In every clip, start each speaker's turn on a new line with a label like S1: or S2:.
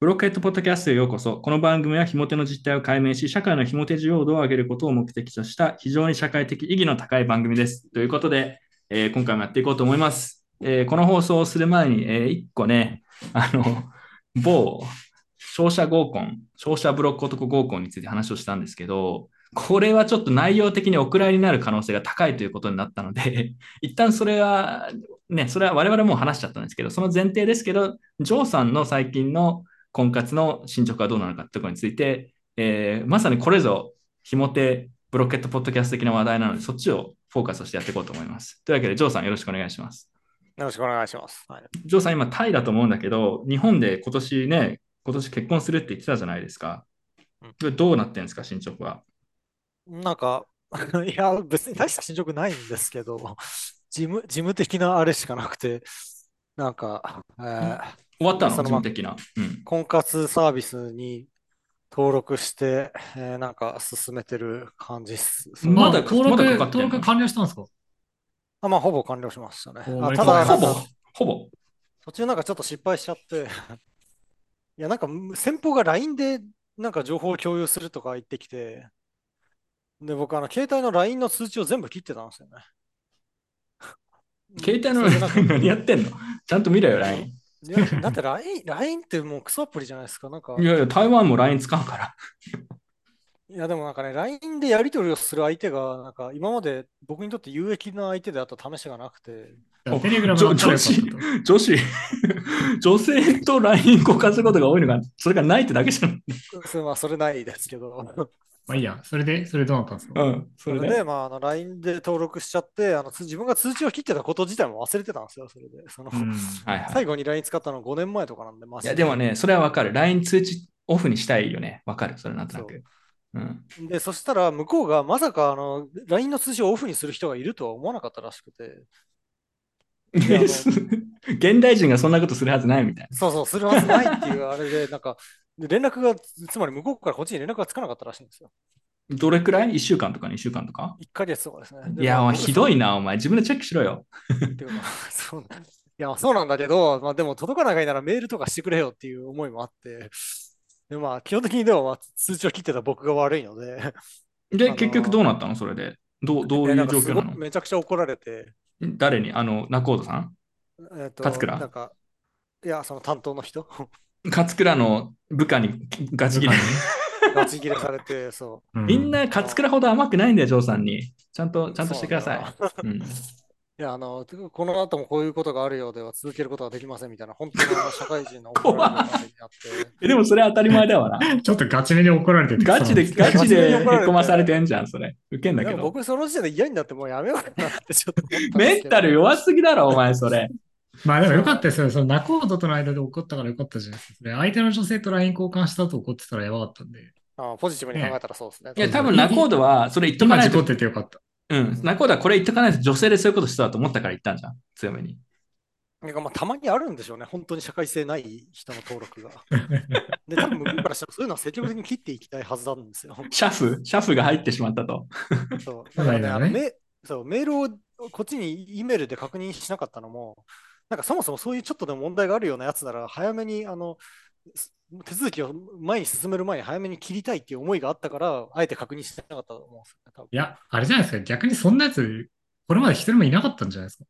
S1: ブロックヘッドポッドキャストへようこそ。この番組は紐手の実態を解明し、社会の紐手需要度を上げることを目的とした非常に社会的意義の高い番組です。ということで、えー今回もやっていこうと思います。えーこの放送をする前に、え1個ね、 あの、某商社合コン、商社ブロック男合コンについて話をしたんですけど、これはちょっと内容的にお蔵入りになる可能性が高いということになったので、 一旦それは、ね、それは我々もう話しちゃったんですけど、その前提ですけど、ジョーさんの最近の婚活の進捗はどうなのかってところについて、えーまさにこれぞ、ひもてブロケットポッドキャスト的な話題なので、そっちをフォーカスしてやっていこうと思います。というわけで、ジョーさんよろしくお願いします。
S2: よろしくお願いします。はい、
S1: ジョーさん、今、タイだと思うんだけど、日本で今年ね、今年結婚するって言ってたじゃないですか
S2: うん。
S1: これどうなってんですか、進捗は。
S2: なんか、 いや、別に大した進捗ないんですけど、事務、事務的なあれしかなくて、なんか、えー
S1: 終わったの
S2: そ
S1: 基
S2: のま
S1: 本的な。うん。
S2: 婚活サービスに登録して、えーなんか進めてる感じっす。それ
S1: ま
S3: ま
S1: だ
S3: だ
S1: か
S3: 登録
S1: まだかかってんの
S3: 登録完了したんですか
S2: あ、まあ、ほぼ完了しましたね。
S3: お
S2: あ
S3: めで
S2: た
S3: とう
S2: だ、
S3: ご
S2: ない
S3: ざ
S2: ん
S3: ま
S1: ほ
S3: す
S1: ぼ
S2: か、、
S1: ほぼ。
S2: 途中なんかちょっと失敗しちゃって、 いや、なんか、先方が LINE で、なんか情報を共有するとか言ってきて、で、僕、あの、携帯の LINE の通知を全部切ってたんですよね。
S1: 携帯の
S2: それでなんか
S1: 何やってんの ちゃんと見ろよ、LINE。
S2: いや、だって LINE、LINE ってもうクソアプリじゃないですか。なんか、
S1: い
S2: い
S1: やいや、台湾も LINE 使うから。
S2: やでもなんかね、LINE でやり取りをする相手が、なんか今まで僕にとって有益な相手であった試しがなくて、
S3: じゃ
S1: お
S3: あテレグラム
S1: ちょ
S3: だったらよかっ
S1: ち女子、 女性と LINE 交換することが多いのが、それがないってだけじゃん。
S2: それまあそれないですけど、
S3: たまあいいや、それで、それどうなったんですか
S1: うん、そ
S2: そ
S1: れ
S2: れ
S1: で。
S2: で、まあ、あの LINE で登録しちゃって、あのつ自分が通知を切ってたこと自体も忘れてたんですよ、それで。その、
S3: うん
S1: はいはい。
S2: 最後に LINE 使ったの5年前とかなんで、まあ、
S1: いや、でもね、それはわかる。LINE 通知オフにしたいよね。わかる、それなんとなく。うん。
S2: で、そしたら向こうがまさかあの LINE の通知をオフにする人がいるとは思わなかったらしくて、いやあ の
S1: 現代人がそんなことするはずないみたい
S2: そうそう、するはずないっていうあれで、なんか、連絡が、つつまり向こうからこっちに連絡がつかなかったらしいんですよ。
S1: な。どれくらい ?1 週間とか2週間とか
S2: 1ヶ月とかですね。
S1: いや、お前ひど
S2: い
S1: いな、お前。自分でチェックしろよ。
S2: っていうか そうなんいや、そうなんだけど、まあでも届かないならメールとかしてくれよっていう思いもあって、でまあ基本的にでもまあ 通知を切ってた僕が悪いので、あ
S1: で、
S2: のー
S1: 結局どうなったのそれで。どう、どう
S2: え
S1: いう
S2: な
S1: ん
S2: か
S1: 状
S2: す
S1: 況
S2: ご
S1: な
S2: く
S1: の
S2: めちゃくちゃ怒られて、
S1: 誰にあの、仲人さん
S2: えっと、
S1: 勝倉
S2: なんか、いや、その担当の人、
S1: 勝倉の部下にガチ切れ。
S2: ガチ切れされて、 そう。
S3: う
S1: みん、な勝倉ほど甘くないんだよ、ジョーさんに。ちゃんと、ちゃんとしてください。 うん
S2: いや、あの、この後もこういうことがあるようでは続けることができませんみたいな、本当にあの社会人の怒られる感じになって。
S1: えでもそれ当たり前だわ な。
S3: ちょっとガチめで怒られてて。
S1: ガチで、ガチでへこまされてんじゃん、それ。ウケんだ
S2: で
S1: けど。
S2: も僕その時点で嫌になってもうやめようかなってちょっと思ったんですけ ど
S1: メンタル弱すぎだろ、お前、それ。
S3: まあでもよかったですよ。その仲人との間で怒ったからよかったじゃないですか。相手の女性と LINE 交換したと怒ってたらやばかったんで。
S2: あポジティブに考えたらそうですね。
S1: いや、多分、ナコードは、それ言っとか
S3: 今
S1: ない
S3: 事故
S1: と
S3: っ。ててよかった。
S1: うん。ナコードはこれ言っとかないと、女性でそういうことしてたと思ったから言ったんじゃん。強めに。
S2: なんかまあたまにあるんでしょうね。本当に社会性ない人の登 録が。で、多分向こうからしたらそういうのは積極的に切っていきたいはずなんですよ。
S1: シャフ、シャフが入ってしまったと。
S2: そう。だからね、
S3: そうだよね
S2: あのメそうメールをこっちに E メールで確認しなかったのも、なんかそもそもそういうちょっとでも問題があるようなやつなら、早めにあのす手続きを前に進める前に早めに切りたいっていう思いがあったから、あえて確認しなかったと思うんですよね、多分
S3: いや、あれじゃないですか。逆にそんなやつ、これまで一人もいなかったんじゃないですか。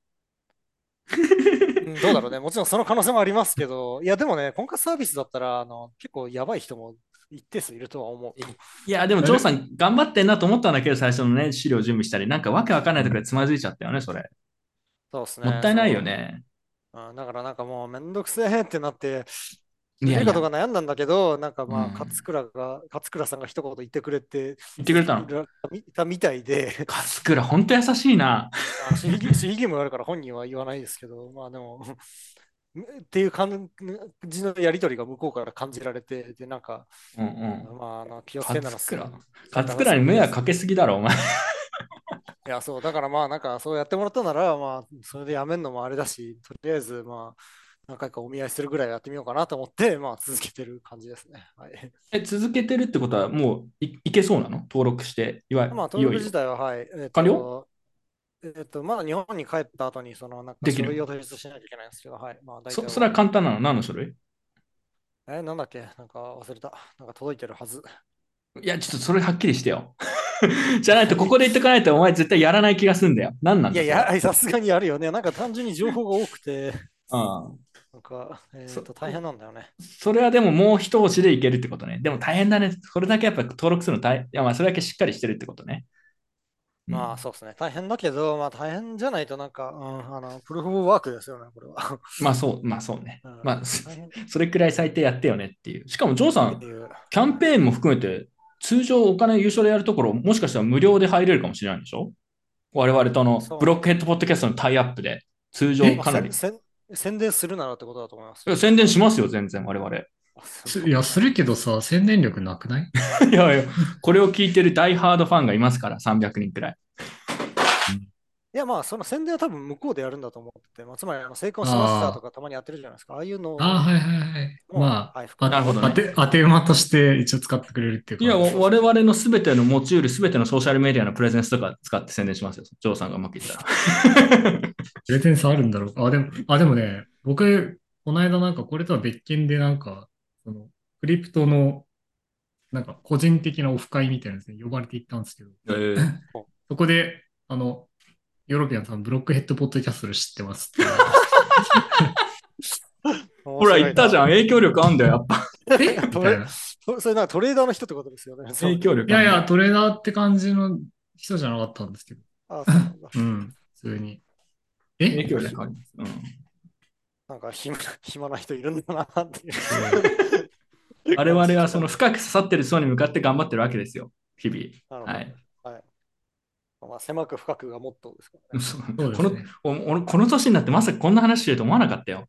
S2: うんどうだろうね。もちろんその可能性もありますけど、いやでもね、婚活サービスだったら、あの結構やばい人も一定数いるとは思う。
S1: いや、でも、ジョーさん、頑張ってんなと思ったんだけど、最初のね、資料準備したり、なんかわけわかんないところでつまずいちゃったよね、それ。
S2: そうですね。
S1: もったいないよね。
S2: うん。だからなんかもうめんどくせえってなって、
S1: い
S2: い
S1: や
S2: や
S1: い
S2: い
S1: や、
S2: と
S1: 言
S2: か悩んだんだけど、なんかまあ、
S1: うん
S2: 勝倉が、勝倉さんが一言言ってくれて、
S1: ってくれたの。
S2: いたみたいで、
S1: 勝倉、ほんと優しいな。
S2: まあ守秘義守秘義務があるから本人は言わないですけど、まあでも、 っていう感じのやりとりが向こうから感じられて、で、なんか、
S1: うんうん。
S2: まあ、あの気をつけなら
S1: 勝
S2: すぐ
S1: 倉。勝倉に迷惑かけすぎだろ、お前。
S2: いや、そう、だからまあ、なんか、そうやってもらったなら、まあ、それでやめるのもあれだし、とりあえず、まあ、何回かお見合いするぐらいやってみようかなと思って、まあ、続けてる感じですね。はい。
S1: え、続けてるってことは、もういいけそうなの登録して、いわゆる、
S2: まあ、登
S1: いよ
S2: 録
S1: いよ
S2: 自体は、はい。えっ
S1: 完了
S2: と、えっと、まだ日本に帰った後に、その、なんか
S1: できる
S2: 書類を提出しなきゃいけないんですけど、はい。まあ、大
S1: そ
S2: 体
S1: それは簡単なの何の書類
S2: えー、なんだっけなんか忘れた。なんか届いてるはず。
S1: いや、ちょっとそれはっきりしてよ。 じゃないと、ここで言っとかないと、お前絶対やらない気がすんだよ。何なん
S2: い
S1: だ
S2: やい
S1: それ
S2: や、さすがにあるよね。なんか単純に情報が多くて、
S1: うん。
S2: なんか、えー
S1: そ
S2: と大変なんだよね。
S1: それはでももう一押しでいけるってことね。でも大変だね。これだけやっぱ登録するの大いや、まあそれだけしっかりしてるってことね。うん
S2: まあそうですね。大変だけど、まあ大変じゃないとなんか、うん、あの、プルーフオブワークですよね、これは。
S1: まあそう、まあそうね。
S2: うん
S1: まあ、
S2: 大変っ
S1: それ くらい最低やってよねっていう。しかも、ジョーさん
S2: て、いう。
S1: キャンペーンも含めて、通常お金優勝でやるところ、もしかしたら無料で入れるかもしれないでしょ我々とあの
S2: そう
S1: ブロックヘッドポッドキャストのタイアップで、通常
S3: え
S1: かなり
S2: まあ。せん宣伝するならってことだと思います
S1: い。や宣伝しますよ、全然我々。
S3: すいや、するけどさ、宣伝力なくない
S1: いやいや、これを聞いてるダイハードファンがいますから、300人くらい。
S2: いやまあその宣伝は多分向こうでやるんだと思ってて、まあ、つまりあの成功しましたとかたまにやってるじゃないですか。ああいうのを
S3: ああ、はいはいはい。
S2: もう
S3: ま
S2: はい
S3: あ、あ
S1: なるほどね
S3: 当て当て馬として一応使ってくれるっていうか。
S1: いや、わ我々のすべての持ち得るすべてのソーシャルメディアのプレゼンスとか使って宣伝しますよ、ジョーさんがうまくいったら。
S3: プレゼンスあるんだろうか。あ、でも、あ、でもね、僕、この間なんかこれとは別件でなんか、その、クリプトの、なんか個人的なオフ会みたいなやつに呼ばれて行ったんですけど、
S1: え
S3: そこで、あの、ヨーロピアンさんブロックヘッドポッドキャストで知ってますっ て。
S1: ほら、言ったじ
S2: ゃ
S1: ゃん、影響力あんだよ、やっぱ。
S3: えみたいな。
S2: ん。それなんかトレーダーの人ってことですよね。
S1: 影響
S3: い
S1: 力あ
S3: や
S1: んだ
S3: い
S1: よ
S3: や、トレーダーって感じの人じゃなかったんですけど。
S2: あそうなん だ
S3: うん、普通に。
S1: 影
S3: え
S1: 響力あります。うん
S2: なんか暇暇な人いるんだなっていう。
S1: 我々は その深く刺さってる層に向かって頑張ってるわけですよ、日
S2: な
S1: 々。
S2: るほど
S1: はい。
S2: まあ、狭く深くがモットーですからね。
S1: そう
S3: そうで
S1: こ
S3: す
S1: の
S3: ね。
S1: お俺この年になってまさかこんな話してると思わなかったよ。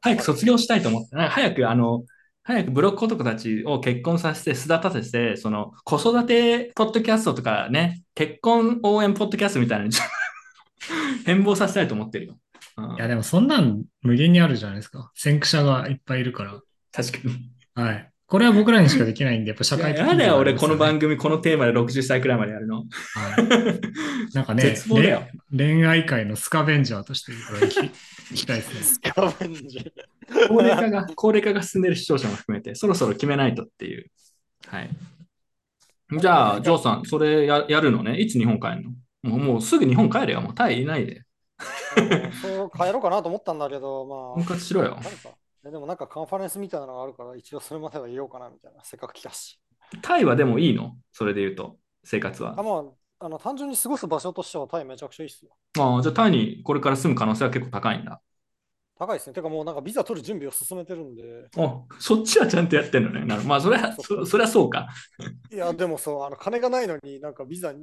S1: 早く卒業したいと思って、なんか早くあの、早くブロック男たちを結婚させて、巣立たせて、その子育てポッドキャストとかね、結婚応援ポッドキャストみたいなのに 変貌させたいと思ってるよ。うん
S3: いや、でもそんなん無限にあるじゃないですか。先駆者がいっぱいいるから。
S1: 確かに。
S3: はい。これは僕らにしかできないんで、やっぱ社
S1: い
S3: 会
S1: や
S3: 的
S1: やだよ、俺、この
S3: 番
S1: 番組、このテーマで60歳くらいまでやるの。
S3: はい、なんかね、
S1: 絶望だよ。
S3: れ恋愛界のスカベンジャーとして行き 行きたいですね。
S2: やばいんじゃ
S1: 高齢化が、高齢化が進んでる視聴者も含めて、そろそろ決めないとっていう。はい。じゃあ、ジョーさん、それややるのね。いつ日本帰るのもうもうすぐ日本帰れよ。もうタイいないで。
S2: んそう帰ろうかなと思ったんだけど、ま
S1: 婚活しろよ
S2: あ、。なんかえでもなんかカンファレンスみたいなのがあるから、一応それまでは言おうかなみたいな、せっかく来たし。
S1: タイはでもいいのそれで言うと、生活は
S2: あ。まあ、あの単純に過ごす場所としてはタイめちゃくちゃいいっすよ。
S1: ああ、じゃあタイにこれから住む可能性は結構高いんだ。
S2: 高いですね。てかもうなんかビザ取る準備を進めてるんで。
S1: あそっちはちゃんとやってんのね。なるまあ、それは、そそれはそうか。
S2: いや、でもそう、あの金がないのに、なんかビザ取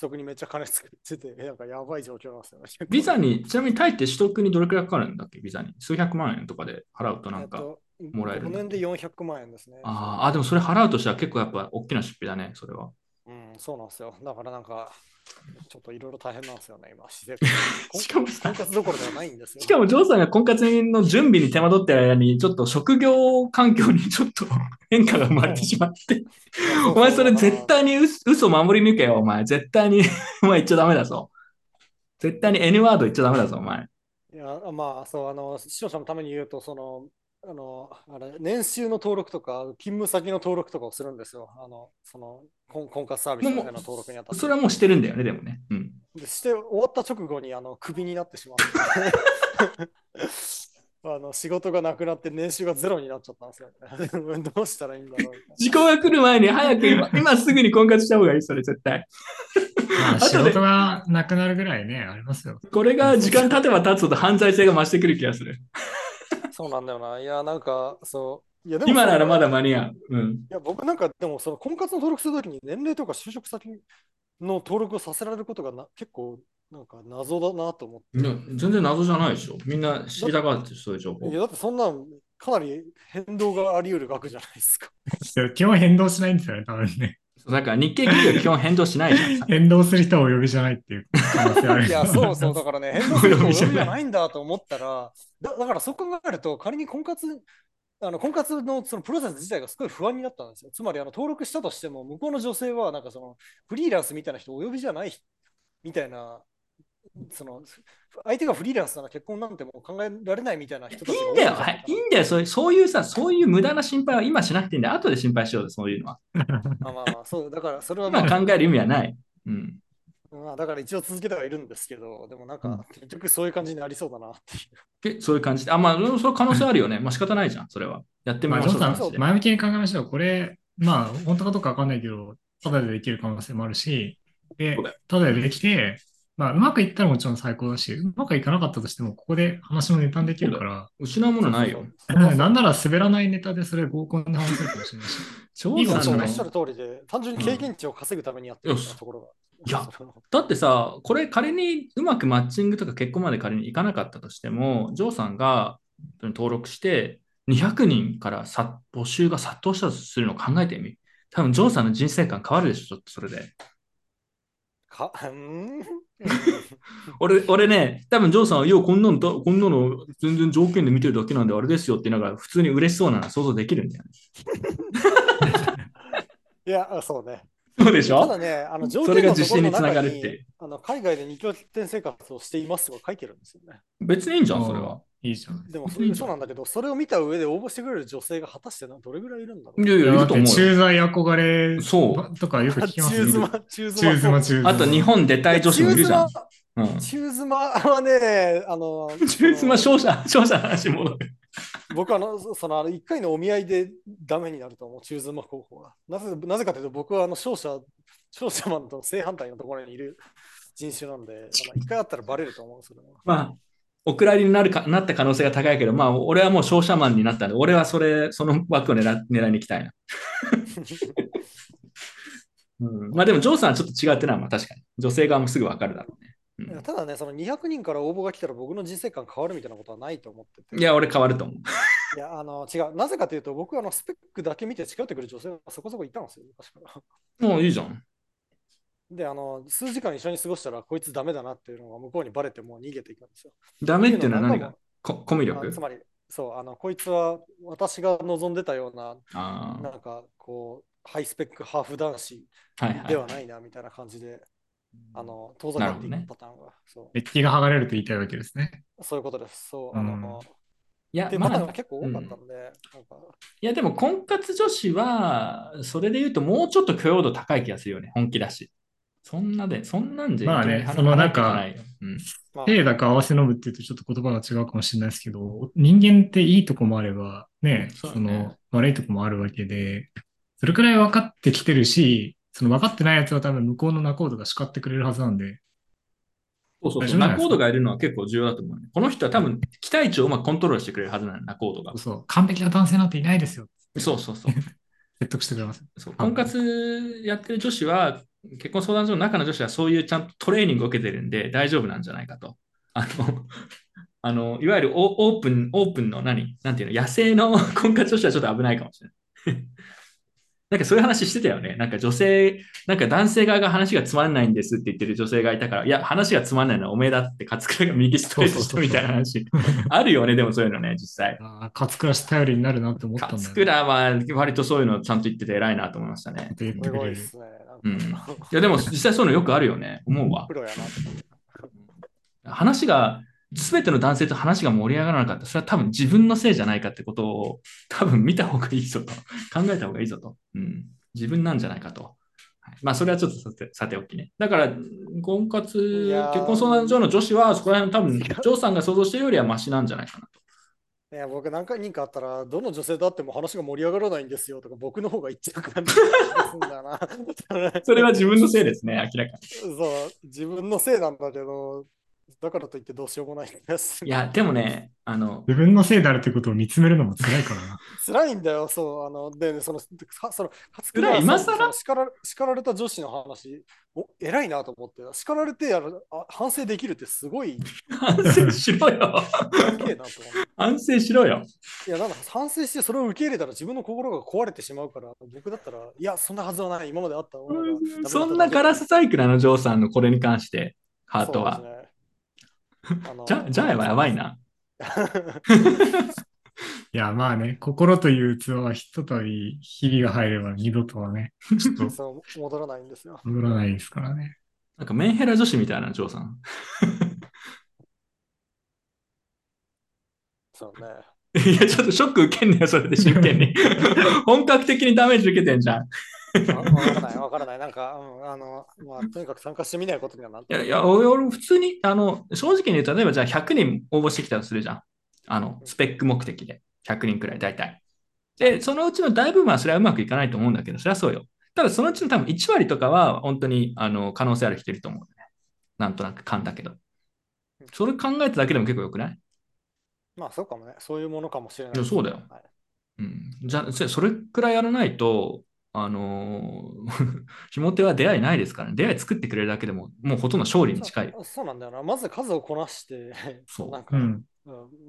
S2: 得にめっちゃ金使ってて、なんかやばい状況なんですよね。
S1: ビザに、ちなみにタイって取得にどれくらいかかるんだっけビザに。数百万円とかで払うとなんか。もらえるん
S2: 5
S1: だ
S2: 年で400万円ですね。
S1: あああ、でもそれ払うとしたら結構やっぱ大きな出費だね、それは。
S2: うん、そうなんですよ。だからなんか、ちょっといろいろ大変なんですよね、今、自然
S1: しかもさ
S2: 婚活どころではないんですよ。
S1: しかも、ジョーさんが婚活の準備に手間取ってる間に、ちょっと職業環境にちょっと 変化が生まれてしまって、お前それ絶対に嘘嘘守り抜けよ、お前。絶対に、 お前言っちゃダメだぞ。絶対に N ワード言っちゃダメだぞ、お前。
S2: いや、まあ、そう、あの、視聴者のために言うと、その、あの、あれ、年収の登録とか、勤務先の登録とかをするんですよ。あの、その、婚婚活サービスみたいな登録にあたって。
S1: それはもうしてるんだよね、でもね。うん。
S2: でして終わった直後にあのクビになってしま うあの仕事がなくなって年収がゼロになっちゃったんですよ、 ね。どうしたらいいんだろうみたい
S1: 時効が来る前に早く 今、今すぐに婚活した方がいい、それ絶対。
S3: まあ、
S1: 後
S3: 仕
S1: で
S3: 事がなくなるぐらいね、ありますよ。
S1: これが時間経てば経つほど犯罪性が増してくる気がする。
S2: な。そうなんだよな。いや、なんか、そう。いやでも
S1: 今ならま
S2: だ。
S1: だ間に合う。うん。
S2: いや僕なんか、でも、その婚活の登録するときに年齢とか就職先の登録をさせられることがな結構、なんか謎だなと思って。
S1: いや、全然謎じゃないでしょ。みんな知りたがってる、そういう情報
S2: いや、。だってそんなん、かなり変動があり得る額じゃないですか。
S3: 基本変動しないんですよね、多分ね。
S1: そうだから日系企業は基本変動しないじゃん。
S3: 変動する人をお呼びじゃないっていう 可能性ある。
S2: いや、そうそう、だからね、変動するとお呼びじゃないんだと思ったら、だだからそう考えると、仮に婚活、あの婚活のそのプロセス自体がすごい不安になったんですよ。つまり、あの登録したとしても、向こうの女性は、なんかその、フリーランスみたいな人、お呼びじゃないみたいなその、相手がフリーランスなら結婚なんてもう考えられないみたいな人たち
S1: い
S2: が
S1: いん
S2: 多い
S1: だ
S2: じゃ
S1: よ、
S2: ない
S1: はいいいんだよそういう、そういうさ、そういう無駄な心配は今しなくていいんだよ、後で心配しようよそういうのは。
S2: まあまあまあ、そう、だから、それはま
S1: 今
S2: あ、
S1: 考える意味はない。うん、
S2: まあ、だから一応続けてはいるんですけど、でもな
S1: う
S2: ん
S1: ん
S2: か、結局そういう感じになりそうだなっていう。
S1: でそういう感じで、あ、まあ、うんそれ可能性あるよね。まあ仕方ないじゃん、それは。やってみ
S3: まあ、
S1: ま
S3: ジョ
S1: しょ
S3: ン
S1: う。
S3: さ
S1: マジで
S3: ん、前向きに考えましょう。これ、まあ、本当かどうかわかんないけど、ただでできる可能性もあるし、で
S1: そうだよ、
S3: ただでできて、まあ、うまくいったらもちろん最高だし、うまくいかなかったとしても、ここで話のネタにできるから、
S1: 失うものないよ。
S3: うんなんなら滑らないネタでそれ合コンで話せるかもし れないし。
S1: ジョ
S3: いい
S1: ン
S3: こ
S1: さ
S3: と
S1: ん
S3: じゃ
S2: そう
S3: な
S2: お
S3: い
S2: っ
S1: の
S2: しゃる通りで、単純に経験値を稼ぐためにやってるようなところが。
S1: いや
S2: その
S1: だってさ、これ仮にうまくマッチングとか結婚まで仮にいかなかったとしても、ジョーさんが登録して200人からさ募集が殺到したとするのを考えてみ。多分ジョーさんの人生観変わるでしょ、ちょっとそれで。
S2: か、うーん。
S1: 俺、俺ね、多分ジョーさんは、よう、こんなのだ、こんなの全然条件で見てるだけなんであれですよって言いながら、普通に嬉しそうなの想像できるんだよね。
S2: いや、そうね。
S1: そうでした
S2: だ
S1: ょ
S2: ね、あの条
S1: それが
S2: 件の
S1: 自
S2: とこ
S1: 信
S2: ろの
S1: につな
S2: 中
S1: がるってい
S2: に
S1: う。
S2: あの海外で二拠点生活をしていますとか書いてるんですよね。
S1: 別にいいんじゃん、それは。
S3: いいじゃん。
S2: でも
S1: 別にいいじゃん
S2: そうなんだけど、それを見た上で応募してくれる女性が果たしてなどれぐらいいるんだろ。
S1: いうやいや、いる
S3: だっ
S1: と
S3: て
S1: 思うよ。
S3: 駐在憧れ
S1: そ
S3: とかよく聞きます
S2: 中
S3: よ
S2: 妻
S3: ね。、
S2: 中妻。
S3: 中妻、中妻。
S1: あと日本出たい女子もいるじゃん。うん
S2: 中妻はね、あの、
S1: 中妻
S2: その
S1: 勝者、勝者の話に戻る。
S2: 僕あの、そその、あの、一回のお見合いでダメになると思う、中妻候補は。なぜ、なぜかというと、僕はあの、勝者、勝者マンと正反対のところにいる人種なんで、あの一回あったらバレると思うんですけど、
S1: まあ、お蔵入りになるかなった可能性が高いけど、まあ、俺はもう商社マンになったんで、俺はそれ、その枠を狙っ狙いに行きたいな。うん、まあでも、ジョーさんはちょっと違うってのは、まあ確かに。女性側もすぐわかるだろうね。うん
S2: ただね、その200人から応募が来たら僕の人生観変わるみたいなことはないと思ってて。
S1: いや、俺変わると思う。
S2: いや、あの、違う。なぜかというと、僕はあの、スペックだけ見て近寄ってくる女性がそこそこいたんですよ、昔から。
S1: もういいじゃん。
S2: で、あの、数時間一緒に過ごしたら、こいつダメだなっていうのが向こうにバレてもう逃げていくんですよ。
S1: ダメっていうのは何
S2: っ
S1: がこコミュ
S2: ていうの
S1: 力
S2: は何かあつまり、そう、あの、こいつは私が望んでたような、
S1: あ
S2: なんか、こう、ハイスペックハーフ男子
S1: あ、はいはい。
S2: ではないな、みたいな感じで、あの、遠ざかってい
S1: なる
S2: く
S1: ほ
S2: パターンが、そう
S3: メッキが剥がれると言いたいわけですね。
S2: そういうことです。そう、あの、
S1: いや
S2: って、いう
S1: ま
S2: パターン
S1: あ
S2: が、結構多かったんで、なんか、
S1: いやでも婚活女子は、それで言うともうちょっと許容度高い気がするよね、本気だし。そんなで、そんなんじゃ
S3: まあね
S1: いきなり
S3: そのなんか
S1: 話せないようん
S2: まあ、
S3: 手だけ合わせ飲むっていうとちょっと言葉が違うかもしれないですけど、人間っていいとこもあれば、ね、
S1: そう
S3: そ
S1: だね
S3: の悪いとこもあるわけで、それくらい分かってきてるし、その分かってないやつは多分向こうの仲人が叱ってくれるはずなんで、
S1: そうそう
S3: 大
S1: そう。
S3: 丈夫
S1: ナ
S3: なんですか
S1: コードがいるのは結構重要だと思うね。この人は多分期待値をうまくコントロールしてくれるはずなの、ナコードが
S3: そう。そう、完璧な男性なんていないですよ。
S1: そうそうそう。
S3: 説得してくれます。
S1: そう婚活やってる女子は、結婚相談所の中の女子はそういうちゃんとトレーニングを受けてるんで大丈夫なんじゃないかと。あの、あのいわゆるオオープン、オープンの何なんていうの、野生の 婚活女子はちょっと危ないかもしれない。 なんかそういう話してたよね。なんか女性、なんか男性側が話がつまんないんですって言ってる女性がいたから、いや、話がつまんないのはおめえだって勝倉が右ストレートしたみたいな話。あるよね、でもそういうのね、実際。
S3: ああ、勝倉氏頼りになるなって思ったんだよ、
S1: 勝倉は割とそういうのちゃんと言ってて偉いなと思いましたね。
S3: って言って
S2: す
S3: く
S2: ご
S3: れ
S2: いで
S3: る。
S2: すね。なん
S1: う
S2: か
S1: んいやでも実際そういうのよくあるよね。思うわ
S2: プ。ロやなって。
S1: 話が、すべての男性と話が盛り上がらなかった。それは多分自分のせいじゃないかってことを多分見た方がいいぞと。考えた方がいいぞと。うん。自分なんじゃないかと。はいまあそれはちょっとさてさておきね。だから、婚活、
S2: いやー
S1: 結婚相談所の女子はそこら辺多分、ジョーさんが想像してるよりはマシなんじゃないかなと。
S2: いや僕何回人かあったら、どの女性と会っても話が盛り上がらないんですよとか、僕の方が言っちゃう感 じがするんだな。
S1: それは自分のせいですね、明らかに。
S2: そう、自分のせいなんだけど、だからといってどうしようもないです。
S1: いや、でもね、あの、
S3: 自分のせいであるってことを見つめるのも辛いからな。
S2: 辛いんだよ、そう。あので、その、かその、勝
S1: 辛い今
S2: さ
S1: 更
S2: んその叱ら叱られた女子の話、お偉いなと思って、叱られてあのあ反省できるってすごい、す
S1: 反省しろよ。
S2: げえなと思って。
S1: 反省しろよ。
S2: いや、なんか反省してそれを受け入れたら自分の心が壊れてしまうから、僕だったら、いや、そんなはずはない、今まであったものがダメだっただけ。
S1: そんなガラス細工なの、ジョーさんのこれに関して、ハートは。
S2: そうですね。あの
S1: じゃ、じゃあや ばい。な。
S3: いや、まあね、心という器はひとたびひびが入れば二度とはね、ちょっと
S2: そう、戻らないんですよ。
S3: 戻らないですからね。
S1: なんかメンヘラ女子みたいな、ジョーさん。
S2: そうね。
S1: いや、ちょっとショック受けんねよ、それで真剣 に。本格的にダメージ受けてんじゃん。い
S2: あわからない、わからない。なんか、うん、あの、まあ、とにかく参加してみないことにはなんと
S1: や、いや、俺、俺普通に、あの、正直に言うと、例えばじゃあ100人応募してきたとするじゃん。あの、スペック目的で。100人くらい、大体。で、そのうちの大部分はそれはうまくいかないと思うんだけど、それはそうよ。ただ、そのうちの多分1割とかは、本当に、あの、可能性ある人いると思うんだよね。なんとなく勘だけど。それ考えただけでも結構よくない
S2: まあ、そうかもね。そういうものかもしれない
S1: いや、。そうだよ。
S2: はい
S1: うん、じゃあ、そそれくらいやらないと、あのー ひも手は出会いないですからね。出会い作ってくれるだけでも、もうほとんど勝利に近いよ。
S2: そうそうなんだよな。まず数をこなして、
S1: そう
S2: なんか、
S3: うん。
S2: うん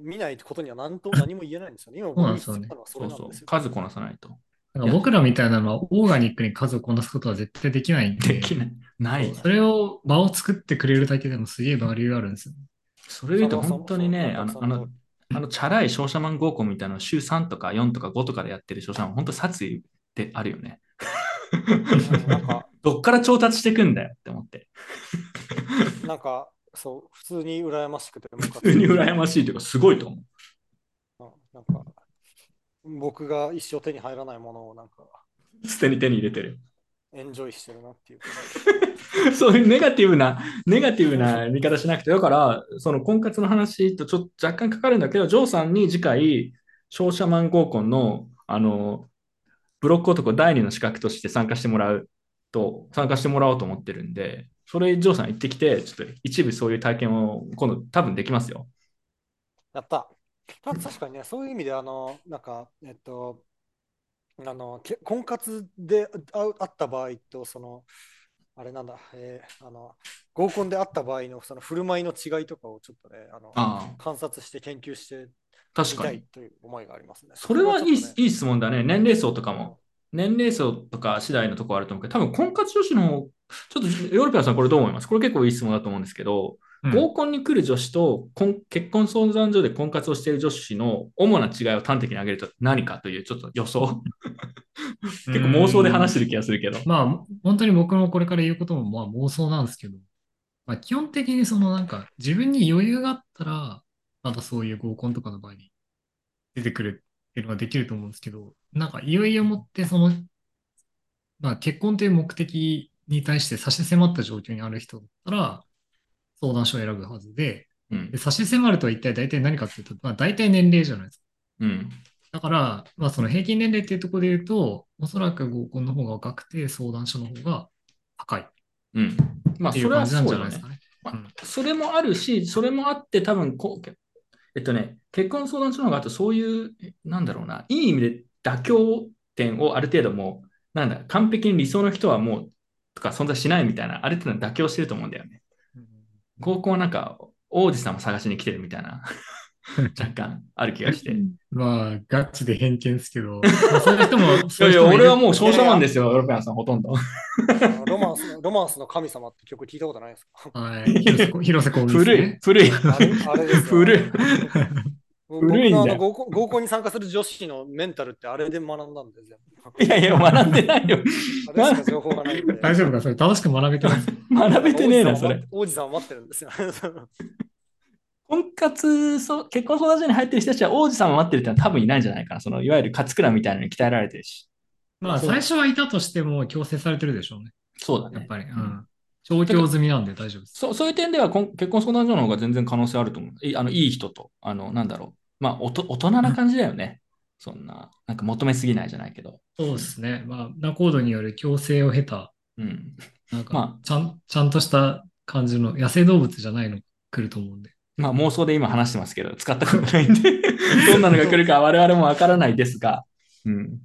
S2: 見ないことには何と何も言えないんですよね。今、僕に言ったのはそ
S1: そ
S2: れ
S1: う
S2: なん
S1: そう
S2: です。よ。
S1: 数こなさないと。
S3: なんか僕らみたいなのはオーガニックに数をこなすことは絶対できないんで、
S1: できない。ない。
S3: それを場を作ってくれるだけでもすげえバリューあるんですよ。
S1: それで言うと、本当にね、あの、
S2: そう
S1: あの、、あのチャラい商社マン合コンみたいなのを週3とか4とか5とかでやってる商社マン、本当殺意ってあるよね。
S2: そうそうそうなんか、
S1: どっから調達していくんだよって思って。
S2: なんか、そう、普通に羨ましくて、
S1: 普通に羨ま
S2: しい。
S1: しいというか、すごいと思う。
S2: うんなんか、僕が一生手に入らないものを、なんか、
S1: 捨てに手に入れてる。
S2: エンジョイしてるなってい う。
S1: そういうネガティブな、ネガティブな見方しなくて、だから、その婚活の話とちょっと若干かかるんだけど、ジョーさんに次回、商社マン合コンの、あの、ブロック男第二の資格として参加してもらうと、参加してもらおうと思ってるんで、それ、ジョーさん行ってきて、ちょっと一部そういう体験を今度多分できますよ。
S2: やった。ただ確かにね、そういう意味で、あの、なんか、えっと、あの、け婚活で会う会った場合と、その、あれなんだ、えーあの、合コンで会った場合の、その振る舞いの違いとかをちょっとね、あの、
S1: ああ、
S2: 観察して研究してみ
S1: 確か
S2: た
S1: に
S2: い。という思いがありますね。
S1: それはいい、
S2: ちょっとね
S1: いい質問だね。年齢層とか
S2: うん
S1: も。年齢層とか次第のところあると思うけど、多分婚活女子の方、ちょっとヨーロピアンさんこれどう思いますこれ結構いい質問だと思うんですけど、
S3: うん
S1: 合コンに来る女子と婚結婚相談所で婚活をしている女子の主な違いを端的に挙げると何かというちょっと予想。結構妄想で話してる気がするけど。
S3: まあ、本当に僕もこれから言うこともまあ妄想なんですけど、まあ、基本的にそのなんか自分に余裕があったら、またそういう合コンとかの場合に出てくるっていうのができると思うんですけど、なんかいよいよもってその、まあ、結婚という目的に対して差し迫った状況にある人だったら、相談所を選ぶはずで、
S1: うん
S3: で。差し迫るとは一体大体何かっていうと、まあ、大体年齢じゃないですか。
S1: うん。
S3: だから、まあ、その平均年齢っていうところで言うと、おそらく合コンの方が若くて、相談所の方が高いっ
S1: うん。まあ、
S3: てい
S1: そうれは
S3: 感じ
S1: そ
S3: なん
S1: う
S3: じゃ
S1: よ
S3: ないで
S1: ね
S3: す。かね。
S1: それもあるし、それもあって、多分こう、えっとね、結婚相談所の方があと、そういう、えなんだろうな、いい意味で妥協点をある程度もう、なんだ、完璧に理想の人はもう、とか存在しないみたいな、ある程度妥協してると思うんだよね。合コンはなんか、王子様探しに来てるみたい な、若干ある気がして。い
S3: まあ、ガチで偏見ですけど、 まあ、そういう人も、そう
S1: や
S3: い う
S1: いや、
S3: 人もい
S1: 俺
S3: る
S1: はもう商社マンですよ、ヨーロペアンさん、ほとんど。
S2: あのロマ ンスの、ロマンスの神様って曲聞いたことないですか
S3: はい、広瀬こ広瀬香美です
S1: 古い
S3: ね、。
S1: 古い。
S2: あれあれですよ
S1: 古い。
S2: 僕
S1: 古いんだよ
S2: のあの合コン合コンに参加する女子のメンタルってあれで学んだんで、全部。
S1: いやいや、学んでないよ。
S2: あれしか情報がないんで。
S3: 大丈夫か、それ正しく学べて ます。
S1: 学べてねえな、それ。
S2: 王子さんを待ってるんですよ。
S1: 婚活そう、結婚相談所に入ってる人たちは王子様を待ってるってのは多分いないんじゃないかな。そのいわゆる勝倉みたいなのに鍛えられてるし。
S3: まあ、最初はいたとしても強制されてるでしょうね。
S1: そうだ
S3: やっ
S1: ね。
S3: ぱり。うん。調教済みなんで大丈夫です。
S1: そうそういう点では婚結婚相談所の方が全然可能性あると思う。いあのいい人と、あのなんだろう。まあおと、大人な感じだよね。そんな、なんか求めすぎないじゃないけど。
S3: そうですね。まあ、ナコードによる強制を経た、
S1: うん。
S3: なんか
S1: ま、
S3: ちゃん、ちゃんとした感じの野生動物じゃないの来ると思うんで。
S1: まあ妄想で今話してますけど、使ったことないん で、どんなのが来るか我々もわからないですが、うん。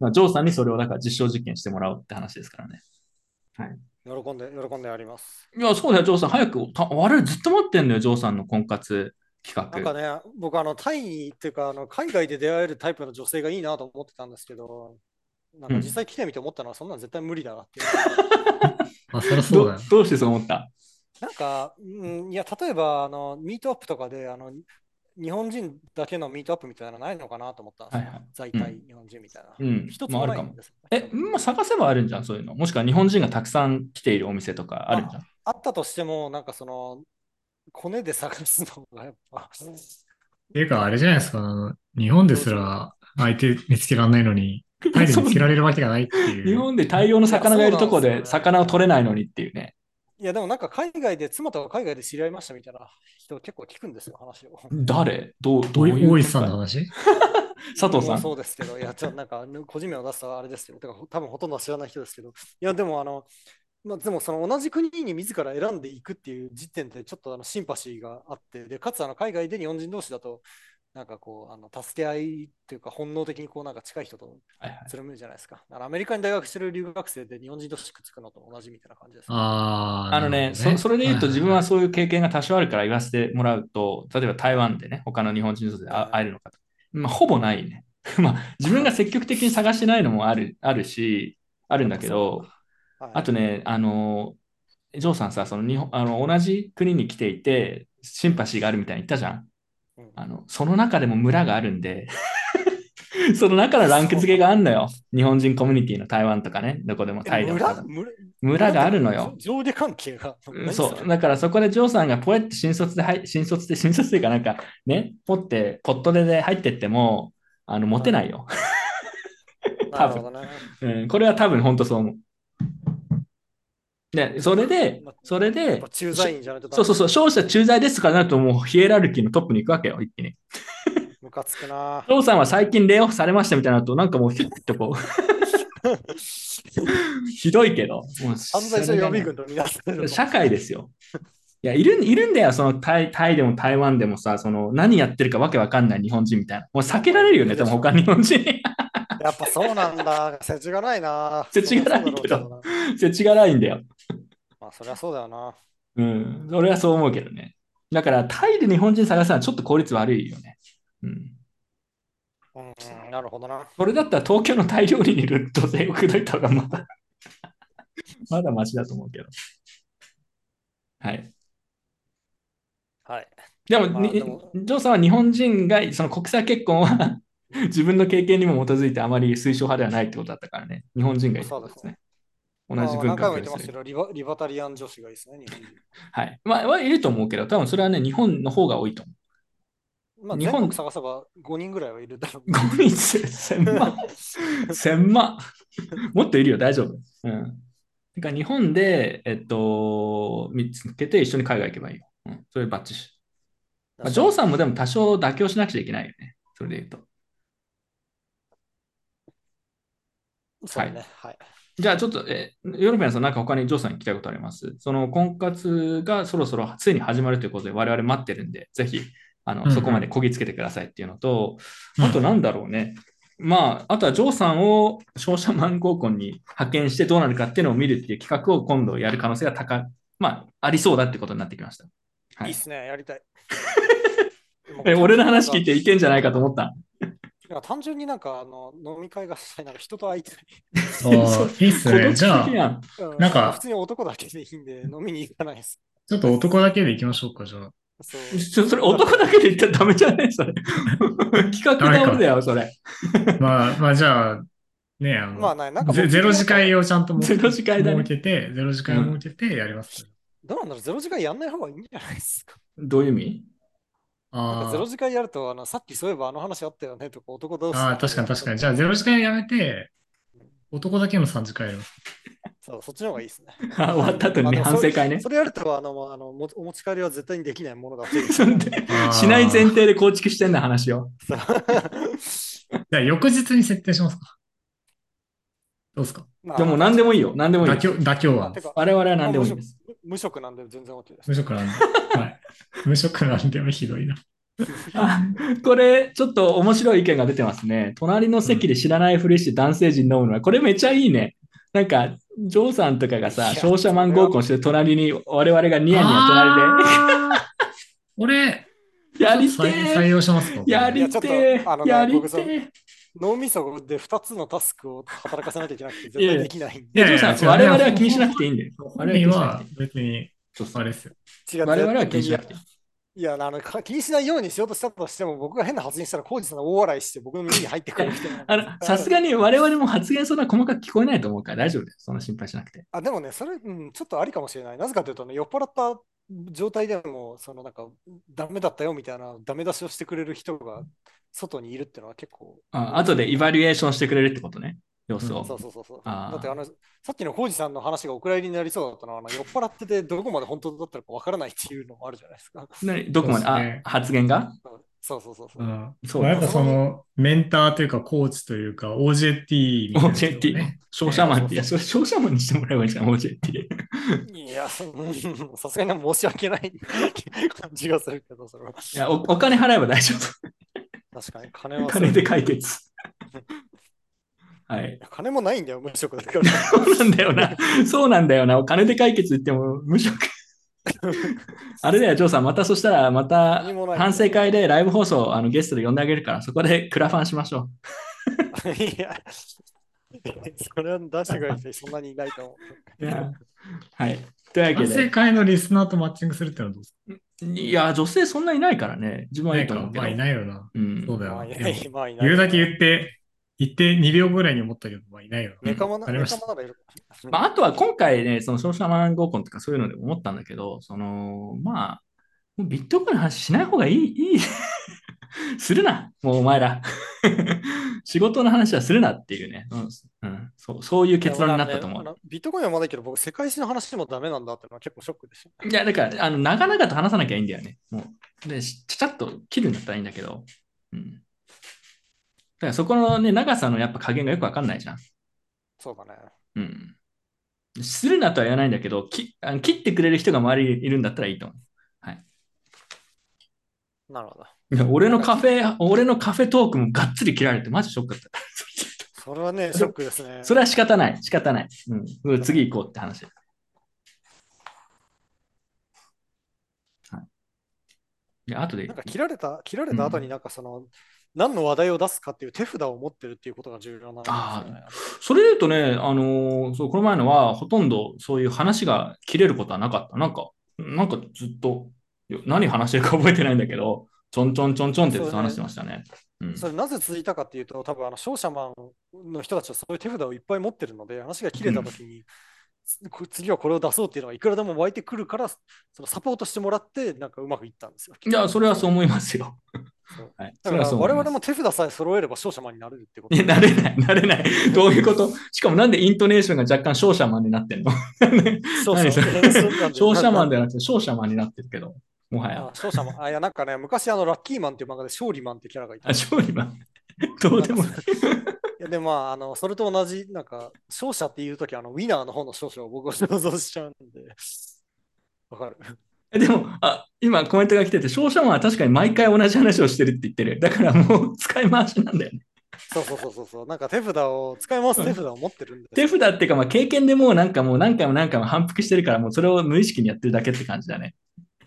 S1: まあ、ジョーさんにそれをだから実証実験してもらおうって話ですからね。
S2: 喜んで、喜んでやります。
S1: いや、そうだよ、ジョーさん。早く、た我々ずっと待ってんのよ、ジョーさんの婚活企
S2: なん
S1: 画。
S2: かね、僕、あの、タイにっていうか、あの、海外で出会えるタイプの女性がいいなと思ってたんですけど、なんか実際来てみて思ったのは、そんなん絶対無理だなっていう。
S3: まあ、そりゃそうだ
S1: ど
S3: よ。
S1: どうしてそう思った
S2: なんか、うん、いや、例えば、あの、ミートアップとかで、あの、日本人だけのミートアップみたいなのないのかなと思ったんです
S1: は
S2: よ
S1: いはい。
S2: 在
S1: うん
S2: 体日本人みたいな。
S1: うん。
S2: 一つ
S1: まあ、
S2: も
S1: ある
S2: ない
S1: か
S2: ん
S1: も。
S2: ですよ
S1: え、まあ、探せばあるんじゃん、そういうの。もしくは日本人がたくさん来ているお店とかあるんじゃん。
S2: あったとしても、なんかその、コネで探すのがやっぱ、
S3: ていうか、あれじゃないですか。あの日本ですら相手見つけられない のに、タイで見つけられるわけがないっていう。
S1: 日本で大量の魚がいるとこ
S2: いやそうなん
S1: で
S2: ですよね
S1: 魚を取れないのにっていうね。
S2: いやでもなんか海外で、妻とは海外で知り合いましたみたいな人結構聞くんですよ、話を。
S1: 誰どう、ど
S3: お
S1: ういう
S3: い大石さんの
S1: 展
S3: 話
S1: 開 佐藤
S2: 僕
S1: さ
S2: も
S1: ん。
S2: そうですけど、いや、ちょっとなんか、個人名を出すとあれですけど、てか多分ほとんどは知らない人ですけど、いや、でもあの、まあ、でもその同じ国に自ら選んでいくっていう時点で、ちょっとあのシンパシーがあって、で、かつあの海外で日本人同士だと、なんかこう、あの助け合いっていうか、本能的にこう、なんか近い人と
S1: はいはい
S2: つるむじゃないですか。だからアメリカに大学してる留学生で日本人同士くっつくのと同じみたいな感じです。
S3: あー
S1: あのね
S3: なるほど
S1: そ、それで言うと自分は
S3: はい
S1: そういう経験が多少あるから言わせてもらうと、例えば台湾でね、他の日本人とであ会えるのかと。まあ、ほぼないね。 まあ、自分が積極的に探してないのもある、あるし、あるんだけど、
S2: はい
S1: あとね、あの、ジョーさんさ、その日本、あの、同じ国に来ていて、シンパシーがあるみたいに言ったじゃん。
S2: うん
S1: あの、その中でも村があるんで、 その中のランク付けがあるのよ。日本人コミュニティの台湾とかね、どこでもタイ
S2: え
S1: でも
S2: 村村
S1: 村があるのよ。
S2: 上下関係が。
S1: うん
S2: 何
S1: そ
S2: れ
S1: う、だからそこでジョーさんがポエって新卒で入、 新卒で、新卒っていうかなんかね、ポって、ポットでで入ってっても、あの、モテないよ。
S2: なるほどね。
S1: うん、これは多分本当そう思う。ね、それで、それ
S2: やっ
S1: で
S2: ぱ、駐在員じゃないとダメ
S1: そうそうそう、勝者駐在ですとかなるともうヒエラルキーのトップに行くわけよ、一気に。
S2: ムカつくな
S1: ジョーさんは最近レイオフされましたみたいになると、なんかもうヒュッとこう、 ひどいけど、もう
S2: 犯罪者予備軍と見なされる の
S1: 社会ですよ。いや、いるんいるんだよ、そのタイタイでも台湾でもさ、その何やってるかわけわかんない日本人みたいな。もう避けられるよね、でも他の日本人。
S2: やっぱそうなんだ。世知がないな。
S1: 世知がないけど
S2: そうだろうけどな。
S1: それ違らないんだよ。
S2: まあそりゃそうだよな。
S1: うん。俺はそう思うけどね。だから、タイで日本人探すのはちょっと効率悪いよね。うん。
S2: うん、なるほどな。
S1: これだったら東京のタイ料理にいる女性を口説いた方がまだ、 まだマシだと思うけど。はい。
S2: はい。
S1: でも、
S2: まあ
S1: に
S2: でも
S1: ジョーさんは日本人が、その国際結婚は 自分の経験にも基づいてあまり推奨派ではないってことだったからね。日本人がいいってことですね。同じ
S2: まあ
S1: 文
S2: 何回
S1: 化
S2: も
S1: を
S2: 言って
S1: 共有
S2: ま
S1: す
S2: す
S1: る。
S2: けど、リバリバタリアン女子がいいですね。日本人
S1: はい。まあ、はいると思うけど、多分それはね、日本の方が多いと思
S2: まあ
S1: 日
S2: 全
S1: 本
S2: 国探せば5人ぐらいはいるだろう。
S1: う。5人千 万。千万。もっといるよ、大丈夫。うん。てか、日本で、えっと、見つけて一緒に海外行けばいいよ。うん。それバッチし。まあ、ジョーさんもでも多少妥協しなくちゃいけないよね。それで言うと。
S2: そうだね。はい。
S1: じゃあちょっと、えーヨーロピアンさん、なんか他にジョーさんに聞きたいことありますその婚活がそろそろついに始まるということで、我々待ってるんで、ぜひあ
S3: うんう
S1: の
S3: ん
S1: そこまでこぎつけてくださいっていうのと、
S3: うん
S1: あとなんだろうね、まあ、あとはジョーさんを商社マン合コンに派遣してどうなるかっていうのを見るっていう企画を今度やる可能性が高い、まあ、ありそうだってことになってきました。はい
S2: いいっすね。やりたい。
S1: え俺の話聞いていけんじゃないかと思った。
S2: なんか単純になんかあの飲み会がしたい。なんか人と会いたい。
S3: あーいいっす
S1: 孤独
S3: ね。じゃあ
S1: 的、やん
S2: うん
S3: なんか
S2: 普通に男だけでいいんで飲みに行かないです。
S3: ちょっと男だけで行きましょうか、じゃあ。
S2: そう。
S1: ちょそれ男だけで言ったらダメじゃないそれ。 企画倒れだよ、それ。
S3: まあ、まあ、じゃあ、ね、あの、
S2: まあない。なんか
S3: ゼゼロ次会
S2: よ。
S3: をちゃんと設
S1: ゼロ次会だね
S3: 設けて、ゼロ次会を設けてやります。
S2: どうなんだろう。ゼロ時間やんない方がいいんじゃないですか。
S1: どういう意味
S2: なんか
S3: あ
S2: ゼロ次会やると、あの、さっきそういえばあの話あったよねとか、男同士
S3: あ、
S2: の
S3: ああ、確かに確かに。じゃ
S2: ゃ
S3: あ、ゼロ次会やめて、男だけの3次会やります。
S2: そう、そっちの方がいいですね。
S1: あ終わった後にね、
S2: あの
S1: 反
S2: そ
S1: 省
S2: れ
S1: 会ね
S2: そ。れやると、あの、もうあのもお持ち帰りは絶対にできないものだっていう。
S1: そん で
S3: あー
S1: しない前提で構築してんな話を。
S2: そう
S3: じゃあ、翌日に設定しますか。どうですか
S2: まあ
S1: でも何でもいいよ、何でもいい
S3: 妥
S1: よ
S3: 協、。妥協
S2: ま あ
S3: 案
S2: て。か
S1: 我々は何でもいいです。
S2: 無無職なんで全然 OK です。
S3: 無職なんで。はい。無職なんでもひどいな。
S1: あこれ、ちょっと面白い意見が出てますね。隣の席で知らないふりして男性陣飲むのは、これめちゃいいね。なんか、ジョーさんとかが
S2: い
S1: さ、
S2: や
S1: 商社マン合コンして隣に我々がニヤニヤ隣
S3: 隣で。俺、
S1: で。やりて
S3: 採採
S1: ー
S3: 用しますか
S1: やりて
S2: いやちょっとあの
S1: ー
S2: ね
S1: やり
S2: 僕
S1: て
S2: その
S1: ー
S2: 脳みそで2つのタスクを働かせなきゃいけなくて、絶
S1: いやい
S2: 対
S1: や
S2: できないん
S1: い
S2: で。
S1: やジョーさん、
S3: いやい
S1: 我
S3: や
S1: 々は気にしなくていいんだよ。
S3: 本人は別に、
S1: そうそう
S3: あれですよ。
S2: 違う
S1: 我々は気にしなくていい。
S2: 絶いや、あの、か気にしないようにしようとしたとしても、僕が変な発言したら、コージさんが大笑いして、僕の耳に入ってくるみたい
S1: 。
S2: な
S1: あの、さすがに我々も発言そんな細かく聞こえないと思うから大丈夫です。そんな心配しなくて。
S2: あ、でもね、それ、うん、ちょっとありかもしれない。なぜかというとね、酔っ払った状態でも、そのなんか、ダメだったよみたいな、ダメ出しをしてくれる人が外にいるっていうのは結構、
S1: あ後でイバリュエーションしてくれるってことね。様子を。
S2: そうそうそうそう。
S1: あー
S2: だってあの、さっきのコージさんの話がお蔵入りになりそうだったのは、あの酔っ払ってて、どこまで本当だったのかわからないっていうのもあるじゃないです か。
S1: 何どこまで、
S3: そうですね
S1: あ、発言が
S2: そうそうそうそうう。
S3: ん
S1: そう
S3: まあやっぱそのメンターというかコーチというか OJT みたいな人を
S1: OJT
S3: ね。、
S1: 商社マンって、い
S3: えー
S1: や、それ商社マンにしてもらえばいいじゃん、OJT。
S2: いや、そ さすがに申し訳ない 感じがするけど、それはい
S1: やお、お金払えば大丈
S2: 確かに金
S1: 夫。
S2: は
S1: 金で
S2: そう
S1: 解決。はい。
S2: 金もないんだよ、無職だから。
S1: そうなんだよな。そうなんだよな。お金で解決言っても無 職。あれだよ、ジョーさん。またそしたら、また
S2: 何もない
S1: 反省会でライブ放送あのゲストで呼んであげるから、そこでクラファンしましょう。
S2: いや、それは出してくれる人そんなにいないと思
S1: いやはい。というわけ
S3: 反省
S1: で、
S3: 会のリスナーとマッチングするってのはどうです
S1: いや、女性そんないないからね、自分
S3: か
S1: は
S3: ない
S1: い
S3: い
S1: と
S3: か。
S1: 思うけ
S3: ま
S1: ど。
S3: あいないよな。
S1: うん
S3: そうだよ
S2: う。ま
S3: な。
S2: あ、い
S3: で
S2: な
S3: も
S2: い、まあ、いない。
S3: 言うだけ言って、言って2秒ぐらいに思ったけど、まあいないよな。
S2: メカマな
S3: わかり
S2: メ
S3: まし
S2: カ
S3: た
S2: マならいる。
S1: まあ、あとは今回ね、その商社マン合コンとかそういうのでも思ったんだけど、その、まあ、もうビットコインの話しない方がいい、い い。するな、もうお前ら。 仕事の話はするなっていうね、うんうんそう、そういう結論になったと思う。
S2: いや。俺はねあのビットコインはまだいいけど、僕、世界史の話でもダメなんだってのは結構ショックですよ。
S1: いや、だから、あの、長々と話さなきゃいいんだよね。もう。で、しちゃちゃっと切るんだったらいいんだけど。うん。だからそこのね、長さのやっぱ加減がよくわかんないじゃん。
S2: そうだね。
S1: うん。するなとは言わないんだけど、きあの切ってくれる人が周りにいるんだったらいいと思う。
S2: なるほど。
S1: いや俺のカフェ、俺のカフェトークもがっつり切られて、マジショックだった。
S2: それはね、ショックですね。
S1: それは仕方ない、仕方ない。うんうん、次行こうって話。はい。で、後で
S2: なん、か切られた、切られた後
S1: う
S2: になんかその、何の話題を出すかっていう手札を持ってるっていうことが重要なんですよね。
S1: それで言うとね、あのーそう、この前のは、ほとんどそういう話が切れることはなかった。なんか、なんかずっと、よ何話してるか覚えてないんだけど、ちょんちょんちょんちょんってずっと話してましたね。うん、
S2: それなぜ続いたかっていうと、多分あの商社マンの人たちはそういう手札をいっぱい持ってるので、話が切れたときに、つこ次はこれを出そうっていうのがいくらでも湧いてくるから、そのサポートしてもらって、なんかうまくいったんですよ。
S1: いや、それはそう思いますよ。
S2: そう
S1: はい、そ
S2: だか
S1: れは
S2: ら
S1: そう思
S2: 我
S1: います
S2: 々も手札さえ揃えれば商社マンになれるってこと
S1: いや、なれない、なれない。どういうことしかもなんでイントネーションが若干商社マンになってんの
S2: 商社
S1: 何それ
S2: マン。
S1: 商社マン
S2: で。
S1: ではなくて商社マンになってるけど、もは
S2: あ
S1: や。
S2: 商社マン。あ、いや、なんかね、昔あの、ラッキーマンっていう漫画で勝利マンってキャラがい た
S1: あ、。勝利マン。どうでもない。
S2: いやでまあ、あのそれと同じ、なんか、勝者っていうとき、あの、ウィナーの方の勝者を僕は想像しちゃうんで。わかる。
S1: えでも、あ、今コメントが来てて、商社マンは確かに毎回同じ話をしてるって言ってる。だからもう使い回しなんだよ ね。
S2: そうそうそうそうそう。なんか手札を、使い回す手札を持ってるんで。
S1: 手札っていうか、まあ経験でもうなんかもう何回も何回も反復してるから、もうそれを無意識にやってるだけって感じだね。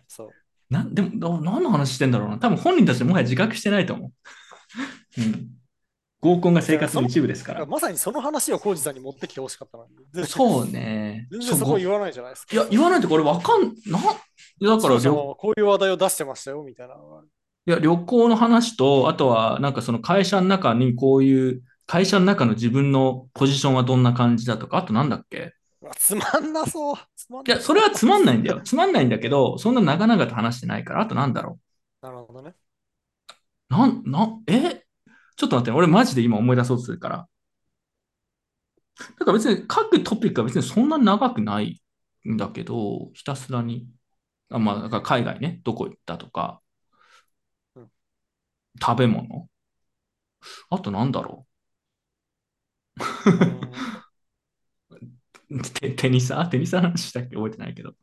S2: そう。
S1: なん、でも、ど何の話してんだろうな。多分本人たちもはや自覚してないと思う。うん。合コンが生活の一部ですか
S2: だから
S1: ら。
S2: まさにその話を浩二さんに持ってきてほしかったな。全然
S1: そう。ね。
S2: 全然そこ
S1: そう
S2: 言わないじゃないですか。
S1: いや、言わないとこれわかんな。いやだから
S2: 勝者
S1: 旅
S2: マンはこういう話題を出してましたよ、みたいなのがある。
S1: いや旅行の話と、あとはなんかその会社の中にこういう、会社の中の自分のポジションはどんな感じだとか、あとなんだっけ
S2: うわつまんなそう。つまん
S1: い
S2: な
S1: や、それはつまんないんだよ。つまんないんだけど、そんな長々と話してないから、あとなんだろ
S2: なるほ どね。
S1: う。なん、なん、えちょっと待ってね、俺マジで今思い出そうとするから。だから別に各トピックは別にそんな長くないんだけど、ひたすらに。あ、まあ、だから海外ね、どこ行ったとか
S2: うん、
S1: 食べ物。あとなんだろう。
S2: うーん
S1: テテニサーテニサーの話したっけ覚えてないけど。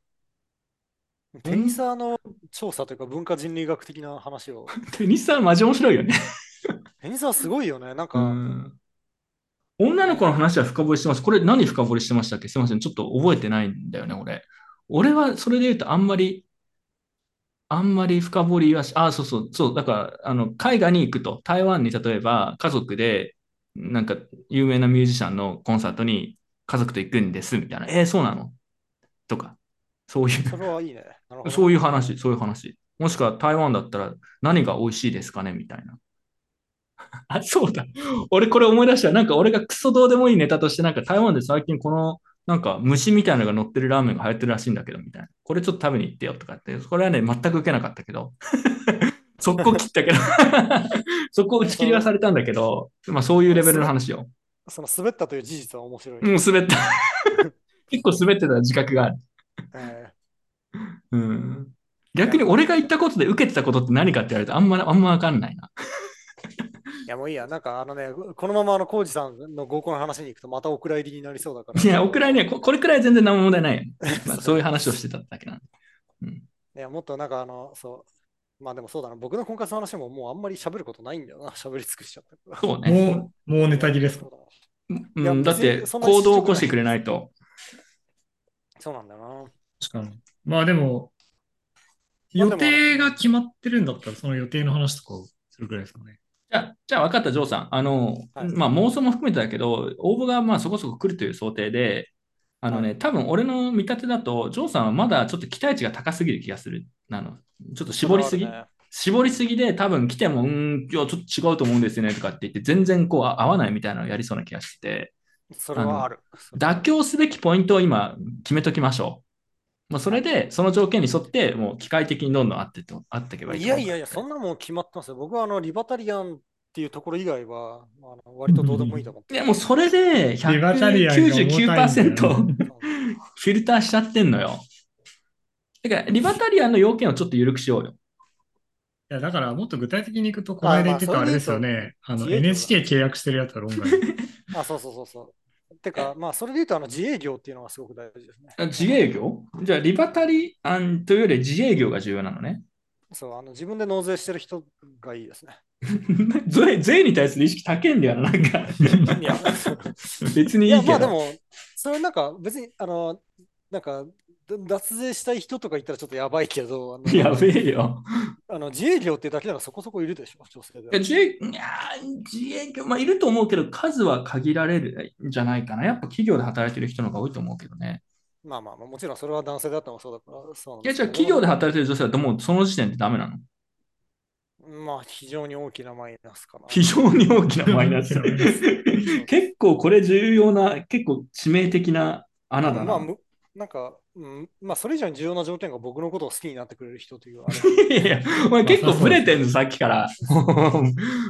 S2: テニサーの調査というか文化人類学的な話を。
S1: テニサーマジ面白いよね。
S2: テニサーすごいよね。なんか、
S1: 女の子の話は深掘りしてます。これ何深掘りしてましたっけすいません。ちょっと覚えてないんだよね、俺。俺はそれで言うとあんまり、あんまり深掘りはし、あ、そうそう、そう。だから、あの、海外に行くと、台湾に例えば家族で、なんか有名なミュージシャンのコンサートに家族と行くんです、みたいな。えーそうなのとか、そういう
S2: それはいいね。なるほど。
S1: そういう話、そういう話。もしくは台湾だったら何が美味しいですかねみたいな。あ、そうだ。俺これ思い出した。なんか俺がクソどうでもいいネタとして、なんか台湾で最近このなんか虫みたいなのが乗ってるラーメンが流行ってるらしいんだけど、みたいな。これちょっと食べに行ってよとかって。これはね、全く受けなかったけど。 速攻切ったけど。 速攻打ち切りはされたんだけど、まあそういうレベルの話よ。
S2: その滑ったという事実は面白い。
S1: うん、滑った。 結構滑ってた自覚がある。
S2: え
S1: うん。逆に俺が言ったことで受けてたことって何かって言われるとあんま、あんまわかんないな。
S2: ーいや、もういいや。なんか、あのね、このまま、あの、コウジさんの合コンの話に行くと、またお蔵入りになりそうだから。
S1: いや、おくらいね、ここれくらい全然何も問題 ないよね。まあ、そういう話をしてただけなんで。
S2: いや、もっとなんか、あの、そう。まあでもそうだな。僕の婚活の話ももうあんまり喋ることないんだよな。喋り尽くしちゃったから。
S1: そうね。
S3: もう、もうネタ切れですか
S1: う
S2: いや
S1: ん、だって
S2: 別にそんなに
S1: 行動を起こしてくれないと。
S2: そうなんだよな。
S3: 確かに。まあでも、
S2: まあ
S3: 予
S2: でも
S3: 定が決まってるんだったら、その予定の話とかをするぐらいですかね。
S1: じゃあ、じゃあ分かった、ジョーさん。あの、
S2: はい
S1: まあ妄想も含めてだけど、応募がまあそこそこ来るという想定で、あのね、多分俺の見立てだと、ジョーさんはまだちょっと期待値が高すぎる気がする。あの、ちょっと絞りすぎ
S2: それ。はあるね
S1: 絞りすぎで多分来ても、うーん、今日ちょっと違うと思うんですよねとかって言って、全然こうあ合わないみたいなのをやりそうな気がしてて、
S2: それはある。
S1: 妥協すべきポイントを今決めときましょう。もうそれで、その条件に沿って、もう機械的にどんどん合ってと、合っていけばいい
S2: い
S1: と思
S2: や
S1: う
S2: いやいや、そんなもん決まってますよ。僕はあのリバタリアンっていうところ以外は、あの割とどうでもいいと思って。
S1: でもうそれで
S3: リバタリアンが重たいんだよ
S1: 199%
S3: な
S1: フィルターしちゃってんのよ。だから、リバタリアンの要件をちょっと緩くしようよ。
S3: いや、だからもっと具体的にいくと、この間言ってたあれですよね。あ
S2: あまあそ
S3: の、
S2: れで言うと
S3: NHK 契約してるやつは 論外。
S2: あ、そうそうそうそう。てか、まあ、それで言うとあの自営業っていうのがすごく大事ですね。
S1: あ自営業じゃあ、リバタリアンというより自営業が重要なのね。
S2: そう、あの自分で納税してる人がいいですね。
S1: 税税に対する意識高いんだよな、なんか。
S2: いや、
S1: 別に
S2: い
S1: いい
S2: や
S1: けど。
S2: まあでも、それなんか別に、あの、なんか、脱税したい人とか言ったらちょっとやばいけど、あの
S1: やべえよ。
S2: あの自営業ってだけならそこそこいるでしょ、女性
S1: いや
S2: で。
S1: 自営いや自営業、まあ、いると思うけど、数は限られるんじゃないかな。やっぱ企業で働いてる人の方が多いと思うけどね。
S2: まあまあまあ、もちろんそれは男性だったもそうだから、そうなん
S1: いや、
S2: で
S1: じ
S2: すけ
S1: ゃ
S2: ど
S1: あ企業で働いてる女性はもうその時点でダメなの。
S2: まあ、非常に大きなマイナスかな。
S1: 非常に大きなマイナス だね結構これ重要な、結構致命的な穴だ
S2: まあ、
S1: な。
S2: むなんか、うん、まあ、それ以上に重要な条件が僕のことを好きになってくれる人というあ れ。
S1: いやいや、お前結構ブレてんの、さっき から。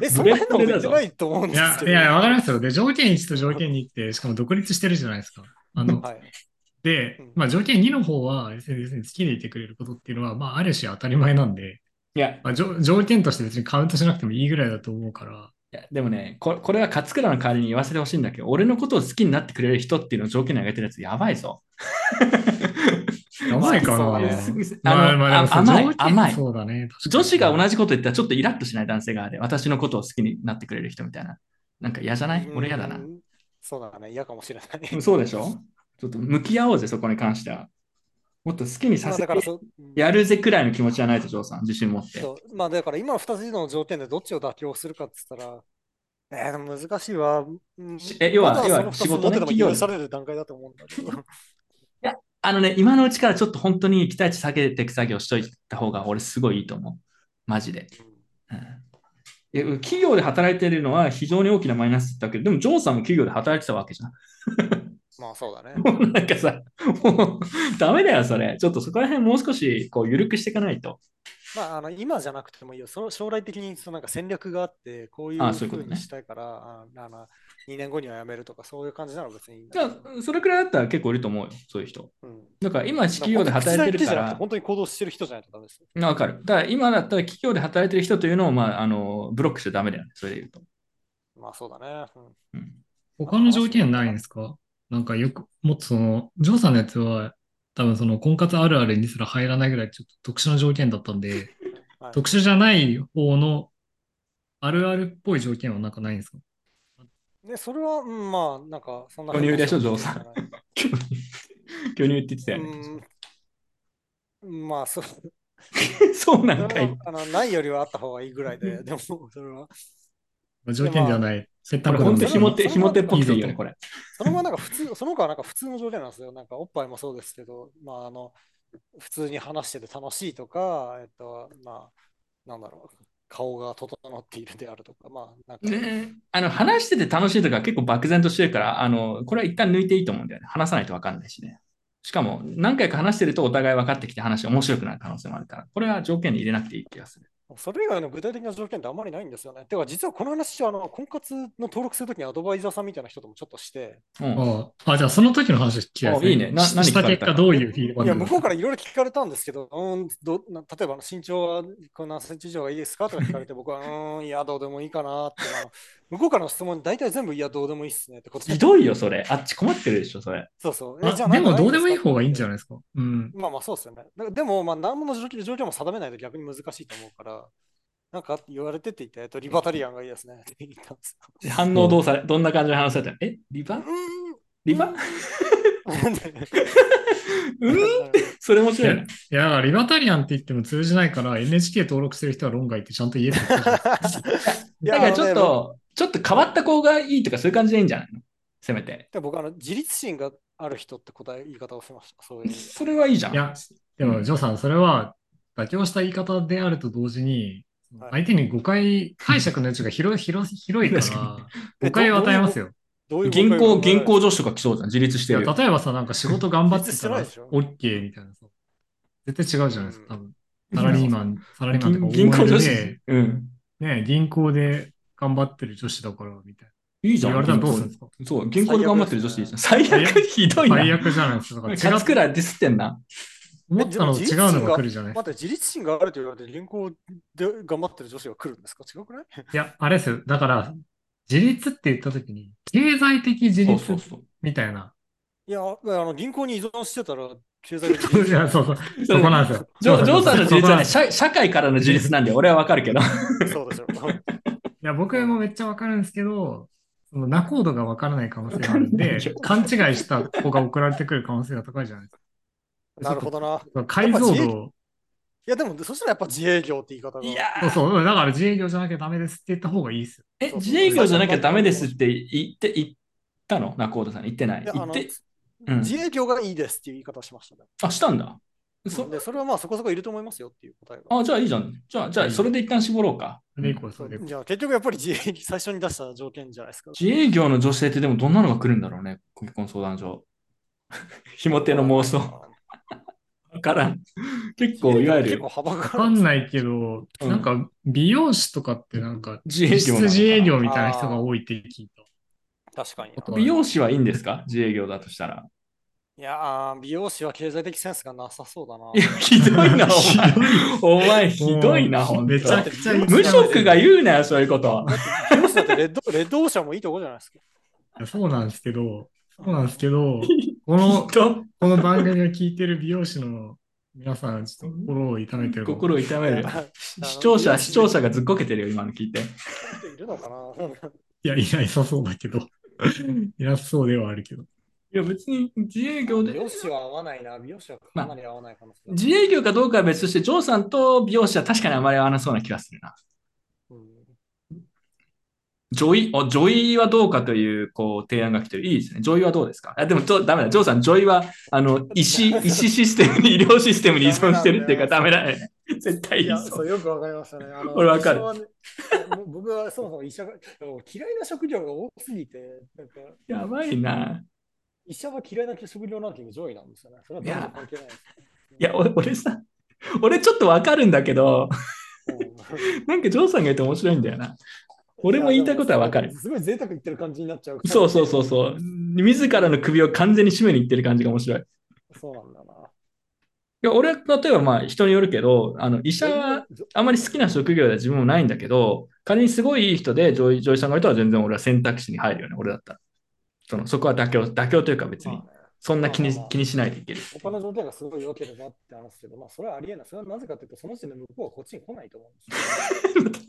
S2: え、そ
S1: ブ
S2: ん
S1: レ
S2: な
S1: ッド
S2: 変なこと
S1: レ
S2: 言
S1: だ
S2: って
S1: ぞ
S2: ないと思うん
S3: い
S2: で
S3: や
S2: す、け
S3: い
S2: ど。
S3: や、わかりますよ。で、条件1と条件2って、しかも独立してるじゃないですか。あの、
S2: はい。
S3: で
S2: うん、
S3: まあ条件2の方は、別に別に好きでいてくれることっていうのは、まあある種当たり前なんで、
S1: いや、い
S3: まあ、条条件として別にカウントしなくてもいいぐらいだと思うから、
S1: やでもねこ、これは勝倉の代わりに言わせてほしいんだけど、俺のことを好きになってくれる人っていうのを条件に挙げてるやつ、やばいぞ。
S3: やばいか
S2: ま
S3: な。
S2: あそう
S1: ですね
S3: ま
S1: あ
S3: あ
S1: の
S3: まあで
S1: 甘い
S3: もそう条件
S1: 甘い
S3: そうだね。確かに
S1: 女子が同じこと言ったらちょっとイラッとしない男性があれ、私のことを好きになってくれる人みたいな。なんか嫌じゃない俺嫌だな
S2: う。ん。そうだね、嫌かもしれない。
S1: そうでしょちょっと向き合おうぜ、そこに関しては。もっと好きに
S2: ま
S1: さ
S2: あ、
S1: せて
S2: だからそ、
S1: やるぜくらいの気持ちじゃないと、ジョーさん、自信持って。
S2: そうまあ、だから今の2つの条件でどっちを妥協するかって言ったら、えー、でも難しいわ。うん
S1: しえ要は
S2: まだ
S1: 要は
S2: その二つ
S1: 仕事ね
S2: 持ってても
S1: 企業
S2: 許される段階だと思うんだけど。
S1: あのね、今のうちからちょっと本当に期待値下げていく作業しといた方が俺すごいいいと思う。マジで。うんいや企業で働いてるのは非常に大きなマイナスだけど、でもジョーさんも企業で働いてたわけじゃん。
S2: まあ、そうだね。
S1: もうなんか さ、もうダメだよ、それ。ちょっとそこら辺もう少しこう緩くしていかないと。
S2: まあ、あの今じゃなくてもいいよ。その将来的にそのなんか戦略があって、こういう
S1: あそういうこ
S2: ふ
S1: と
S2: う
S1: ね
S2: にしたいから、ああの2年後には辞めるとか、そういう感じなら別にいいん
S1: じゃ
S2: だけど。
S1: あ、それくらいだったら結構いると思うよ、そういう人。
S2: うん
S1: だから今、企業で働いてるか
S2: だから
S1: ら、
S2: 本当に口だけじゃなくて本当に行動してる人じゃないとダメですよ。
S1: わかる。だから今だったら企業で働いてる人というのを、まあ、あのブロックしちゃダメだよね、それで言うと。
S2: まあそうだね。うん
S1: うん
S3: 他の条件ないんですかなんかよく、もっとその、ジョーさんのやつは、多分その婚活あるあるにすら入らないぐらいちょっと特殊な条件だった んで、
S2: はい
S3: 特殊じゃない方のあるあるっぽい条件はなんかないんですか
S2: で、それは、うんまあ、なんか、そんな。
S1: 巨乳でしょジョーさん巨乳巨乳って言ってたよね。
S2: うん。まあ、そう。
S1: そうな
S2: それ
S1: んかい
S2: は。あのないよりはあった方がいいぐらいで、でも、それは。
S3: まあ条件ではない。セッ
S1: こ
S3: ト
S1: れ
S3: アップ
S1: 本当
S3: で
S1: にひもて、
S2: そ
S1: ひ
S2: れは
S1: もてっぽくていいよね、これ。
S2: そのままなんか普通、その他はなんか普通の条件なんですよ。なんかおっぱいもそうですけど、まああの、普通に話してて楽しいとか、えっと、まあ、なんだろう、顔が整っているであるとか、まあ、なんか、
S1: ね、あの話してて楽しいとか結構漠然としてるからあのこれは一旦抜いていいと思うんだよね話さないと分かんないしねしかも何回か話してるとお互い分かってきて話面白くなる可能性もあるからこれは条件に入れなくていい気がする
S2: それ以外の具体的な条件ってあんまりないんですよね。てか、実はこの話は、あの、婚活の登録するときにアドバイザーさんみたいな人ともちょっとして、
S1: うん
S3: ああ、あじゃあその時の話聞きたいですね。
S1: あいいねな
S3: し
S1: 何聞
S3: し
S1: か
S3: た
S1: れ
S3: 結
S1: た
S3: 果どういうフィードバッ
S2: い
S3: ク
S2: や、向こうからいろいろ聞かれたんですけど、うーん、どな例えば身長はこんなセンチ以上がいいですかとか聞かれて、僕は、うーん、いや、どうでもいいかなって、あの 向こうからの質問、大体全部、いや、どうでもいいっすねってこと
S1: ひどいよそれあっち困ってるでしょそれ
S2: そうそう。
S3: あ
S2: えじゃあ
S3: でもどうでもいい方がいいんじゃ
S2: ない
S3: ないですか。うん。
S2: まあまあそうですよね。だでも、まあ何もの状況状況も定めないと逆に難しいと思うから、なんか言われてって言ったら、えっと、リバタリアンがいいですねって言ったんですよ。
S1: 反応どうされどんな感じの話されたのえリバ リバう
S2: うんん
S1: それ面白いない
S3: や、だからリバタリアンって言っても通じないから NHK 登録してる人は論外ってちゃんと言えって言ってたじゃん
S2: い
S1: だからちょっ、
S2: あのね
S1: とちょっと変わった子がいいとかそういう感じでいいんじゃないのせめて
S2: でも僕あの、自立心がある人って答え、言い方をしました。そういう意味で。
S1: それはいいじゃん
S3: いやでも、ジョーさん、それは妥協した言い方であると同時に、
S2: はい
S3: 相手に誤解、解釈の余地が広い、広い、広いか
S1: 確
S3: ら、誤解を与えますよ。
S2: どういう
S1: 銀
S2: 誤
S1: 行
S2: 解が
S1: 銀行女子とか来そうじゃん自立し
S3: い
S1: て
S3: や
S1: るよ
S3: 例えばさ、なんか仕事頑張ってたら、
S2: 別にしてない
S3: OK みたいなさ。絶対違うじゃないですか、多分。
S1: うん
S3: サラリーマン、サラリーマンとか
S1: 銀銀行女
S3: OL
S1: 子
S3: で、
S1: うん
S3: ね、銀行で頑張ってる女子だから、みたい
S1: いいじ
S3: な。
S1: ゃん
S3: 言われたらどうするんですか
S1: そう、銀行で頑張ってる女子いいじゃん。最
S3: 悪
S1: 悪ひどいな。
S3: 最悪じゃないですか。だから
S1: 勝
S3: 違
S1: つ
S3: う
S1: くらいディスってんな。
S3: 思ったのと違うのが来るじゃないですか
S2: 待って、自立心があると言われて、銀行で頑張ってる女子が来るんですか違うくない
S3: いや、あれですよ。だから、自立って言ったときに、経済的自
S1: そう
S3: 立
S1: そうそう。
S3: みたいな。
S2: いや、あの銀行に依存してたら、経済的自立
S3: いや、そうそう。そこなんですよ。
S1: ジョジョーさんの自
S3: そ
S1: 立
S3: こ
S1: は
S3: な
S1: ね、
S3: んです
S1: 社社会からの自立なんで、俺はわかるけど。
S2: そうですよ。
S3: いや、僕もめっちゃわかるんですけど、その仲人がわからない可能性があるん
S1: わかんない
S3: で
S1: じゃん、
S3: 勘違いした子が送られてくる可能性が高いじゃないですか。
S2: なるほどな。
S3: ど。解像
S2: やっぱ自
S3: 度を、
S2: いや、でも、そしたらやっぱ自営業って言い方が。
S1: いや
S3: そうそう、だから自営業じゃなきゃダメですって言った方がいいですよ。
S1: え、自営業じゃなきゃダメですって言って、言ったの仲人さん。言ってない。
S2: いや
S1: 言
S2: あ
S1: っ
S2: の
S1: て、うん
S2: 自営業がいいですっていう言い方をしましたね。
S1: あ、したんだ。そ
S2: で、それはまあそこそこいると思いますよっていう答えが。
S1: あ、じゃあいいじゃん。じゃあ、じゃあ、それで一旦絞ろうか。
S3: それでいこう、そ
S2: そう
S3: れでいこう
S2: じゃあ結局やっぱり自営業最初に出した条件じゃないですか。
S1: 自営業の女性ってでもどんなのが来るんだろうね、結婚相談所。 ひも手の妄想。わからん。結構、いわゆ
S2: 結
S1: る
S2: 構幅が
S3: わかん
S2: い。
S3: ないけど、
S1: うん
S3: なんか美容師とかってなんか、
S1: 自営
S3: 実
S1: 業
S3: 質
S1: なのかな
S3: 自営業みたいな人が多いって聞いた。
S2: 確かにな。
S3: ことは
S1: 美容師はいいんですか自営業だとしたら。
S2: いやー、美容師は経済的センスがなさそうだな。
S1: いや、ひどいな、
S3: ひどい
S1: お前。お前、ひどいな、ほんと
S3: めちゃくちゃ
S1: 無職が言うなよ、そういうこと。
S2: 美容師だってレッドレッドオーシャンもいいとこじゃないですか。
S3: そうなんですけど、そうなんですけど、この、この番組を聞いてる美容師の皆さん、ちょっと心を痛めてる。
S1: 心を痛め るよ。視
S2: 視
S1: 聴者、視聴者がずっこけてるよ、今の聞いて。
S2: いるのかな
S3: いや、いないさそうだけど。いなさそうではあるけど。
S1: いや、別に自営業
S2: 美
S1: で。
S2: 容師は合わないな。美容師はかなり合わない可能性がある
S1: 自営業かどうかは別として、ジョーさんと美容師は確かにあまり合わなそうな気がするな。
S2: うん
S1: 女医、お女医はどうかというこう提案が来てる。いいですね。女医はどうですかあでも、ちょダメだ。ジョーさん、女医は、あの、医師、医師システム に、医療システムに依存してるっていうか、ダメだね。 絶対
S2: い
S1: いい
S2: や、
S1: そう
S2: そ。うよくわかりましたね。あの
S1: 俺わかる
S2: 医者はねもう僕はそもそも医者がもう嫌いな職業が多すぎて、なんか
S1: やばいな。
S2: 医者は嫌いな職業ランキング上位なんですよね。それは男女関係ないです。
S1: いや、お俺さ、俺ちょっとわかるんだけど、
S2: うん
S1: なんかジョーさんが言って面白いんだよな。俺も言いたいことはわかる
S2: いやでもすごい贅沢言ってる感じになっちゃうから。
S1: そうそうそうそう。自らの首を完全に締めにいってる感じが面白い。い
S2: そうなんだな。
S1: や、俺、例えばまあ人によるけど、あの医者はあんまり好きな職業では自分もないんだけど、仮にすごいいい人で女医女医さんがいたら全然俺は選択肢に入るよね、俺だったら。そのそこは妥協、妥協というか別に
S2: ま、あね
S1: そんな気に
S2: まあまあ
S1: 気にしないでいける。
S2: 他の状態がすごい良ければって話ですけど、まあ、それはありえない。それはなぜかというと、その時点で向こうはこっちに来ないと思うんですよ。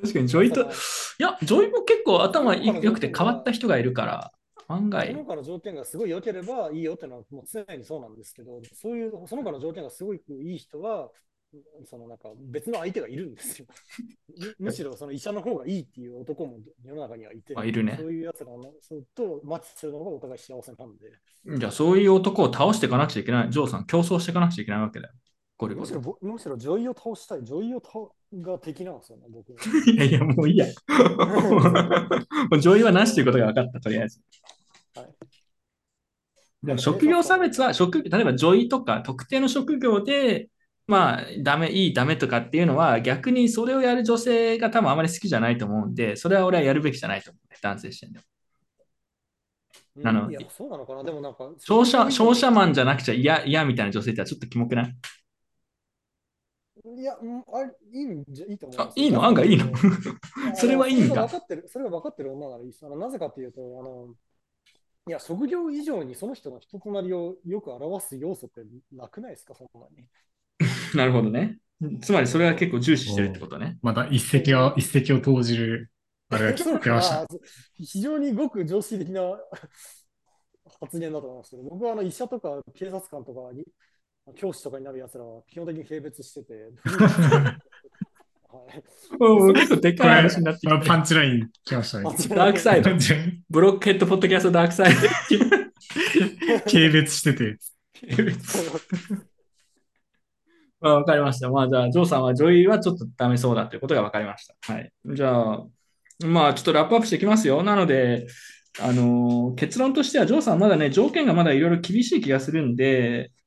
S1: 確かに女医と、い
S2: だか
S1: や、女医も結構頭い良くて変わった人がいるから、案
S2: ら
S1: 外
S2: その。他の条件がすごい良ければいいよってのはもう常にそうなんですけど、そういうその他の条件がすごいいい人は、そのなんか別の相手がいるんですよ。 むむしろその医者の方がいいっていう男も世の中にはいて、
S1: あいるね
S2: そういうやつがなそうとマッチするのがお互い幸せなんで、
S1: じゃあ、そういう男を倒していかなくちゃいけない。ジョーさん、競争していかなくちゃいけないわけだよ。ゴリゴ
S2: むし
S1: リ
S2: ろ。ぼむしろ女優を倒したい、女優を倒が敵なんですよね、僕の。
S1: いやいや、もういい や。もう上位はなしということが分かった、とりあえず。
S2: はい
S1: でも職業差別は職、例えば女医とか特定の職業で、まあ、ダメ、いい、ダメとかっていうのは、逆にそれをやる女性が多分あまり好きじゃないと思うんで、それは俺はやるべきじゃないと思うね、男性視点でも。
S2: うん
S1: なの
S2: いや、そうなのかな、でもなんか、
S1: 商社、商社マンじゃなくちゃ嫌、嫌みたいな女性ってちょっとキモくない
S2: いや、うんあれいいんじゃいいと思います
S1: あいいの案外いいの それはいいんだ
S2: ややそれが分かってる、それが分かってる女ならいいです。あのなぜかというと、あの、いや、職業以上にその人の人となりをよく表す要素ってなくないですか、そんなに。
S1: なるほどね。つまりそれは結構重視してるってことね。
S3: また一石を、一石を投じる、あれが来て ました。
S2: あそう非常にごく常識的な 発言だと思いますけど、僕はあの医者とか警察官とかに、教師とかになるやつらは基本的に軽蔑してて、はい
S1: もう結構でっかい話になってき
S3: あ
S1: て。
S3: パンチライン来ましたね。
S1: ダークサイド
S3: パ。ンチライン
S1: ブロックヘッドポッドキャストダークサイド。
S3: 軽蔑してて。
S1: まあ、 わかりました。まあ、じゃあ、ジョーさんは女優はちょっとダメそうだということがわかりました。はい。じゃあ、まあ、ちょっとラップアップしていきますよ。なので、あのー結論としては、ジョーさんまだね、条件がまだいろいろ厳しい気がするんで、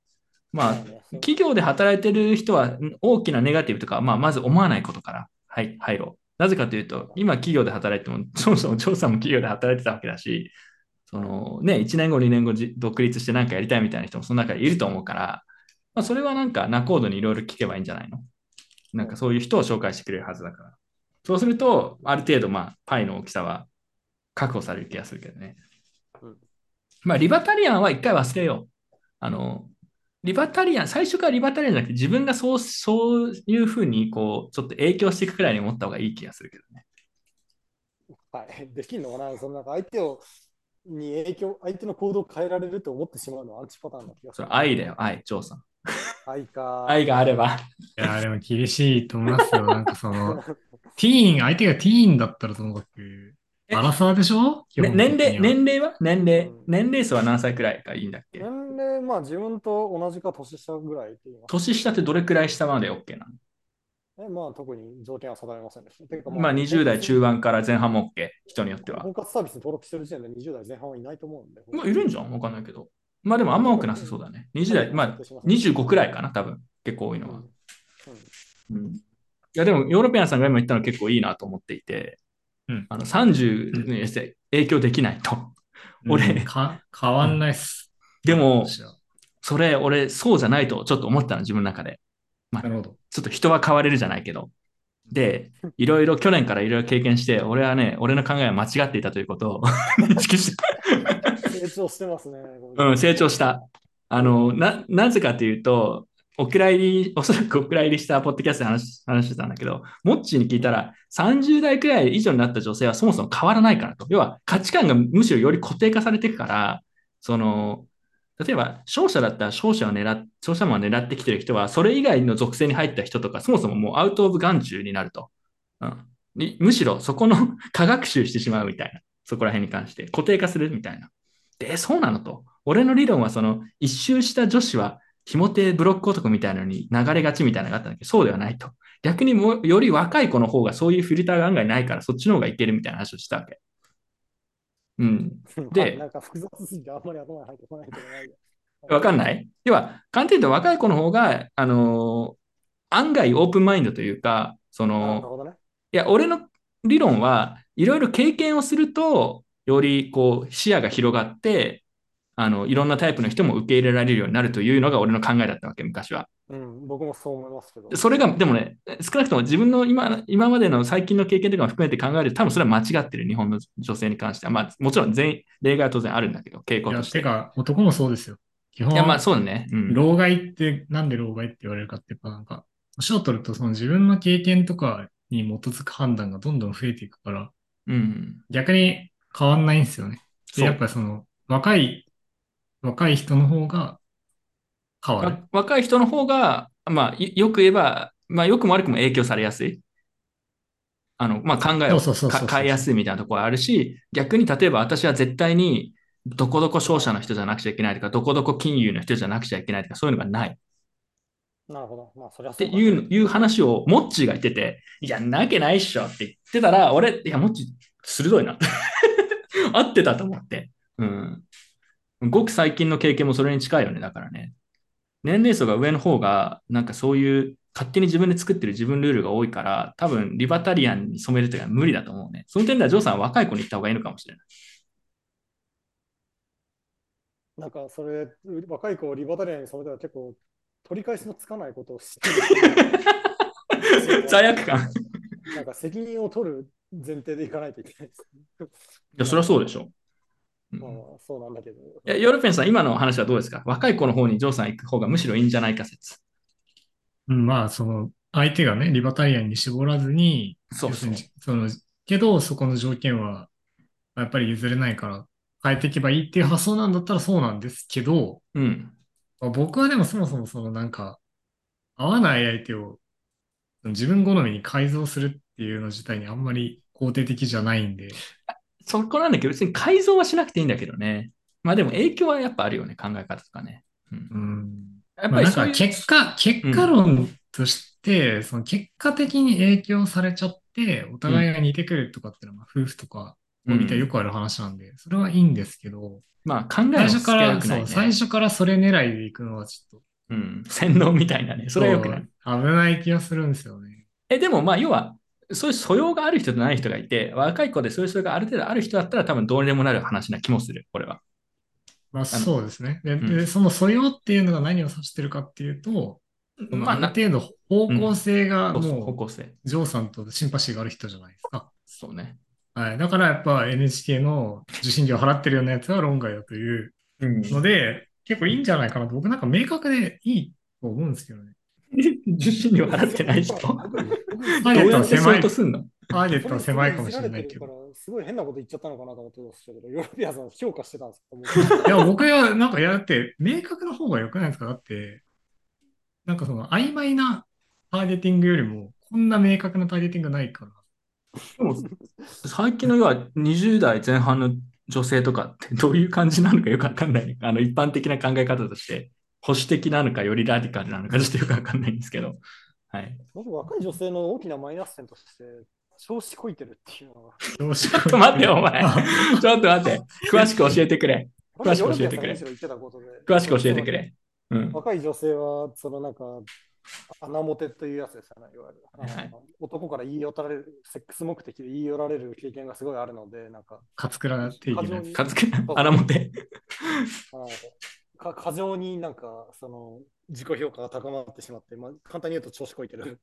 S1: まあ、企業で働いてる人はん大きなネガティブとか、まあ、まず思わないことから、はい、入ろう。なぜかというと、今企業で働いても、 そもそも張さんも企業で働いてたわけだし、そのね、1年後、2年後、じ独立して何かやりたいみたいな人もその中にいると思うから、まあ、それはなんか仲人にいろいろ聞けばいいんじゃないのなんかそういう人を紹介してくれるはずだから。そうすると、ある程度、まあ、パイの大きさは確保される気がするけどね。
S2: うん
S1: まあ、リバタリアンは一回忘れよう。あの、リバタリアン、最初からリバタリアンじゃなくて、自分がそう、そういうふうに、こう、ちょっと影響していくくらいに思った方がいい気がするけどね。
S2: はい、 できるのかな、そのなんか相手をに影響、相手の行動を変えられると思ってしまうのはアンチパターンな気がす
S1: それ
S2: る。
S1: 愛だよ、愛、ジョーさん。
S2: 愛か。
S1: 愛があれば。
S3: いやー、でも厳しいと思いますよ。なんかその、ティーン、相手がティーンだったらともかく、
S1: え
S3: アラサーでしょ基
S1: ね
S3: 本的
S1: 年
S3: に
S1: 齢、
S3: は
S1: 年齢は年齢
S2: うん。
S1: 年齢層は何歳くらいがいいんだっけ
S2: 年齢、まあ自分と同じか年下ぐらいって言います。
S1: 年下ってどれくらい下まで OK なの
S2: えまあ特に条件は定めませんでした。てか
S1: まあ20代中盤から前半も OK、人によっては。
S2: 婚活サービスに登録してる時点で20代前半はいないと思うんで。
S1: まあ、いるんじゃんわかんないけど。まあでもあんま多くなさそうだね。20代、まあ25くらいかな、多分。結構多いのは。うんいやでも、ヨーロピアンさんが今言ったの結構いいなと思っていて、
S3: うん
S1: あの30にして影響できないと。俺
S3: うんか、変わんないっす。
S1: でも、
S3: 私は
S1: それ、俺、そうじゃないとちょっと思ったの、自分の中で。
S3: なるほど。
S1: ちょっと人は変われるじゃないけど。で、いろいろ去年からいろいろ経験して、俺はね、俺の考えは間違っていたということを 認識した。
S2: 成長してますね。
S1: うん、成長した。あの、な、なぜかというと、お蔵入り、 おそらくお蔵入りしたポッドキャストで話し話してたんだけど、モッチーに聞いたら、30代くらい以上になった女性はそもそも変わらないからと。要は価値観がむしろより固定化されていくから、その、例えば、商社だったら商社を狙っ、商社マンを狙ってきてる人は、それ以外の属性に入った人とか、そもそももうアウトオブ眼中になると。うん。にむしろそこの 科学習してしまうみたいな。そこら辺に関して。固定化するみたいな。で、えそうなのと。俺の理論はその、一周した女子は、ひもてブロック男みたいなのに流れがちみたいなのがあったんだけど、そうではないと。逆にもうより若い子の方がそういうフィルターが案外ないから、そっちの方がいけるみたいな話をしたわけ。うん。
S2: で、なんか複雑すぎてあんまり頭に入ってこないけどない。
S1: わかん
S2: い。
S1: ない要は、簡単に言うと若い子の方が、あのー案外オープンマインドというか、そ
S2: な
S1: の、
S2: るほどね。
S1: いや、俺の理論はいろいろ経験をすると、よりこう視野が広がって、あの、いろんなタイプの人も受け入れられるようになるというのが俺の考えだったわけ、昔は。
S2: うん、僕もそう思いますけど。
S1: それが、でもね、少なくとも自分の今、今までの最近の経験とかも含めて考えると、多分それは間違ってる、日本の女性に関しては。まあ、もちろん全員、例外は当然あるんだけど、傾
S3: い
S1: 向
S3: や、
S1: として。
S3: てか、男もそうですよ。基本
S1: いや、まあ、そうだね。うん。
S3: 老害って、なんで老害って言われるかっていうか、なんか、年を取ると、その自分の経験とかに基づく判断がどんどん増えていくから、
S1: うん。
S3: 逆に変わんないんですよね。
S1: そ
S3: で、
S1: う
S3: やっぱその、若い、若い人の方が変わる。
S1: わ若い人の方がまあ、いよく言えば、まあ、よくも悪くも影響されやすい。あの、まあ、考え
S3: そ
S1: を
S3: うそうそうそうそう
S1: か変えやすいみたいなところあるし、逆に例えば私は絶対にどこどこ商社の人じゃなくちゃいけないとか、どこどこ金融の人じゃなくちゃいけないとか、そういうのがない。っ
S2: なるほど。まあ、そりゃそ
S1: て
S2: うだね
S1: いうのいう話をモッチーが言ってて、いや、なわけないっしょって言ってたら、俺、いや、モッチー鋭いな。 合ってたと思って。うん。ごく最近の経験もそれに近いよね、だからね。年齢層が上の方が、なんかそういう、勝手に自分で作ってる自分ルールが多いから、多分リバタリアンに染めるというのは無理だと思うね。その点では、ジョーさんは若い子に行った方がいいのかもしれない。
S2: なんか、それ、若い子をリバタリアンにされたら結構、取り返しのつかないことを知 ってる
S1: 罪悪感。い
S2: なんか、責任を取る前提でいかないといけないです。
S1: や、そりゃそうでしょ。うん
S2: まあ、そうなんだけど。
S1: いやヨルペンさん、今の話はどうですか若い子の方にジョーさん行く方がむしろいいんじゃないか説。
S3: うんまあ、その、相手がね、リバタリアンに絞らずに、
S1: そうそう
S3: 要。するにその、けど、そこの条件は、やっぱり譲れないから、変えていけばいいっていう発想なんだったらそうなんですけど、
S1: うん。
S3: まあ僕はでもそもそもそのなんか、合わない相手をその自分好みに改造するっていうの自体にあんまり肯定的じゃないんで、
S1: そこなんだけど、別に改造はしなくていいんだけどね。まあでも影響はやっぱあるよね、考え方とかね。うん
S3: うん。
S1: やっ
S3: ま
S1: ぱ
S3: あ
S1: り
S3: なん
S1: そう
S3: か
S1: いう
S3: 結果、結果論として、その結果的に影響されちゃって、お互いが似てくるとかっていうのは、夫婦とか、
S1: うん
S3: みたいよくある話なんで、それはいいんですけど、
S1: まあ考えは
S3: 最
S1: つ
S3: 初
S1: け
S3: か
S1: な
S3: ら、
S1: くない、
S3: そ
S1: ね
S3: う、最初からそれ狙いで行くのはちょっと、
S1: うん。洗脳みたいなね。それは良くない。
S3: そう危ない気がするんですよね。
S1: え、でもまあ要は、そういう素養がある人とない人がいて、若い子でそういう素養がある程度ある人だったら多分どうにでもなる話な気もする、これは。
S3: まあ
S1: の
S3: そうですね。で、
S1: ん
S3: でその素養っていうのが何を指してるかっていうと、
S1: まあ
S3: ある
S1: な、
S3: 程度方向性が
S1: そうそう方
S3: も
S1: 向性。
S3: う、ジョーさんとシンパシーがある人じゃないですか。
S1: そうね。
S3: はい。だからやっぱ NHK の受信料払ってるようなやつは論外だというので、結構いいんじゃないかなと、僕なんか明確でいいと思うんですけどね。
S1: 受信料払ってない 人。ど
S2: 僕僕
S3: は
S1: う
S3: い
S1: やってそうとすんの
S3: ターゲットは狭いかもしれないけど。
S2: ど。すごい変なこと言っちゃったのかなと思ってましたけど、ヨーロピアさん評価してたんですか
S3: いや、僕は、なんか、いや、だって、明確な方が良くないですかだって、なんかその、曖昧なターゲティングよりも、こんな明確なターゲティングないから。
S1: でも最近の要は20代前半の女性とかってどういう感じなのかよくわかんない。あの一般的な考え方として、保守的なのかよりラディカルなのかちょっとよくわかんないんですけど。はい。
S2: 僕、若い女性の大きなマイナス点として、少子こいてるっていうのは。
S3: ちょ
S1: ちょっと待ってよ、お前。ちょっと待って。詳しく教えてくれ。詳しく教えてくれ
S2: ヨーロピアさんがむしろ言ってたことで
S1: 詳しく教えてく。れ。うん。
S2: 若い女性は、そのなんか、穴モテというやつですよね、いわゆる。あの
S1: はい
S2: 男から言い寄られる、セックス目的で言い寄られる経験がすごいあるので、なんか、
S3: カツクラっていけないです。
S1: かつけ、あらもて。
S2: あのか過剰になんか、その、自己評価が高まってしまって、まあ、簡単に言うと調子こいてる。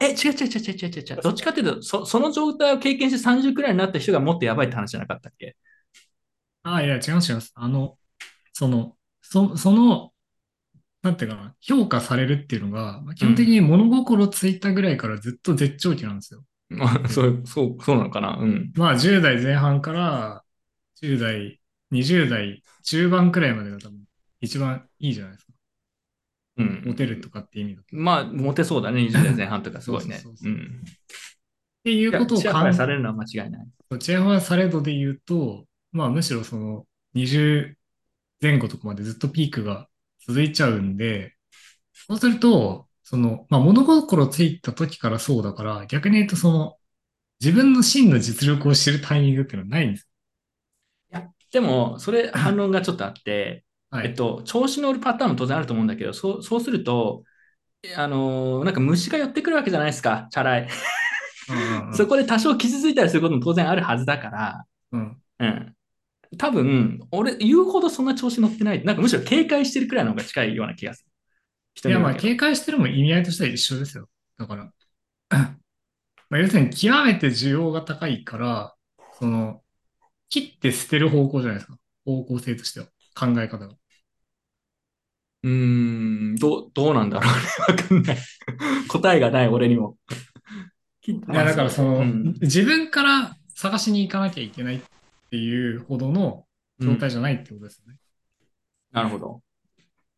S1: え、違う違う違う違う違う違う。どっちかっていうと、そその状態を経験して30くらいになった人がもっとやばいって話じゃなかったっけ
S3: あ、いや、違います、違います。あの、その、そ、その、なんていうかな、評価されるっていうのが、まあ基本的に物心ついたぐらいからずっと絶頂期なんですよ。
S1: まあ、 そう、そう、そうなのかな。うん。
S3: まあ、10代前半から、10代、20代中盤くらいまでが多分、一番いいじゃないですか。
S1: うん。
S3: モテるとかって意味だと。っ
S1: まあ、モテそうだね、20代前半とか、すごいね。
S3: そうそう。そううんていうことを
S1: いやちや
S3: 考
S1: ほや
S3: え
S1: されるのは間違いない。
S3: そうちやほやされどで言うと、まあむしろその20前後とかまでずっとピークが続いちゃうんで、そうすると、その、まあ物心ついた時からそうだから、逆に言うとその、自分の真の実力を知るタイミングっていうのはないんです。
S1: でも、それ、反論がちょっとあって、
S3: は
S1: えっ
S3: い。
S1: と、調子乗るパターンも当然あると思うんだけど、そうそうすると、えあのーなんか虫が寄ってくるわけじゃないですか、チャラい。
S3: うんうん
S1: そこで多少傷ついたりすることも当然あるはずだから、
S3: うん
S1: うん。多分、俺、言うほどそんな調子乗ってない。なんかむしろ警戒してるくらいの方が近いような気がする。人に
S3: いや
S1: よ
S3: まあ
S1: るけど
S3: 警戒してるも意味合いとしては一緒ですよ。だから。 まあ要するに極めて需要が高いから、その、切って捨てる方向じゃないですか。方向性としては。考え方が。
S1: うーん、どう、どうなんだろうね。わかんない。答えがない、俺にも。
S3: いや、だからその、
S1: うん
S3: 自分から探しに行かなきゃいけないっていうほどの状態じゃないってことですよね。
S1: なるほど。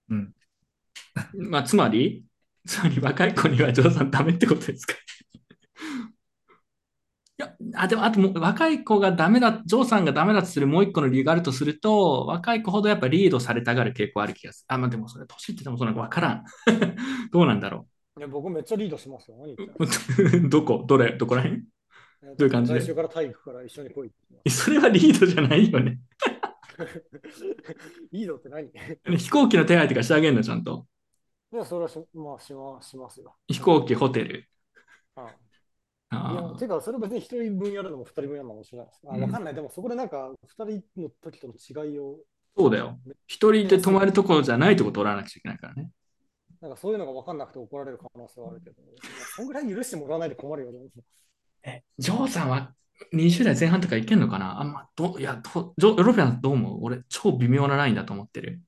S3: うん。
S1: まあ、つまり、 つまり若い子にはジョーさんダメってことです かいや、あ、でも、あともう若い子がダメだ、ジョーさんがダメだとするもう一個の理由があるとすると、若い子ほどやっぱリードされたがる傾向ある気がする。あ、まあでもそれ、年ってでもそんなのわからん。 どうなんだろ
S2: いや僕めっちゃリードしますよ。何言ってんの
S1: う。 どこどれどこら辺
S2: ど
S1: ういう感じで
S2: 来週から体育から一緒に来いって言い
S1: それはリードじゃないよね。
S2: ます。 リードって 何い
S1: 飛行機の手配とかしてあげるの、ちゃんと。
S2: や、それはし,、まあ、しましますよ。
S1: 飛行機、ホテル。
S2: ああい
S1: あ
S2: やてか、それ別に一人分やるのも二人分やるのも一緒じゃないですか。あ
S1: うん
S2: わかんない。でもそこでなんか、二人の時との違いを、
S1: そうだよ。一人で泊まるところじゃないとこ取らなくちゃいけないからね。
S2: なんかそういうのがわかんなくて怒られる可能性はあるけど、そんぐらい許してもらわないで困るよね。
S1: え、ジョーさんは20代前半とかいけんのかなあんま、どう、いや、どうジョーロフィアンさんどう思う俺、超微妙なラインだと思ってる。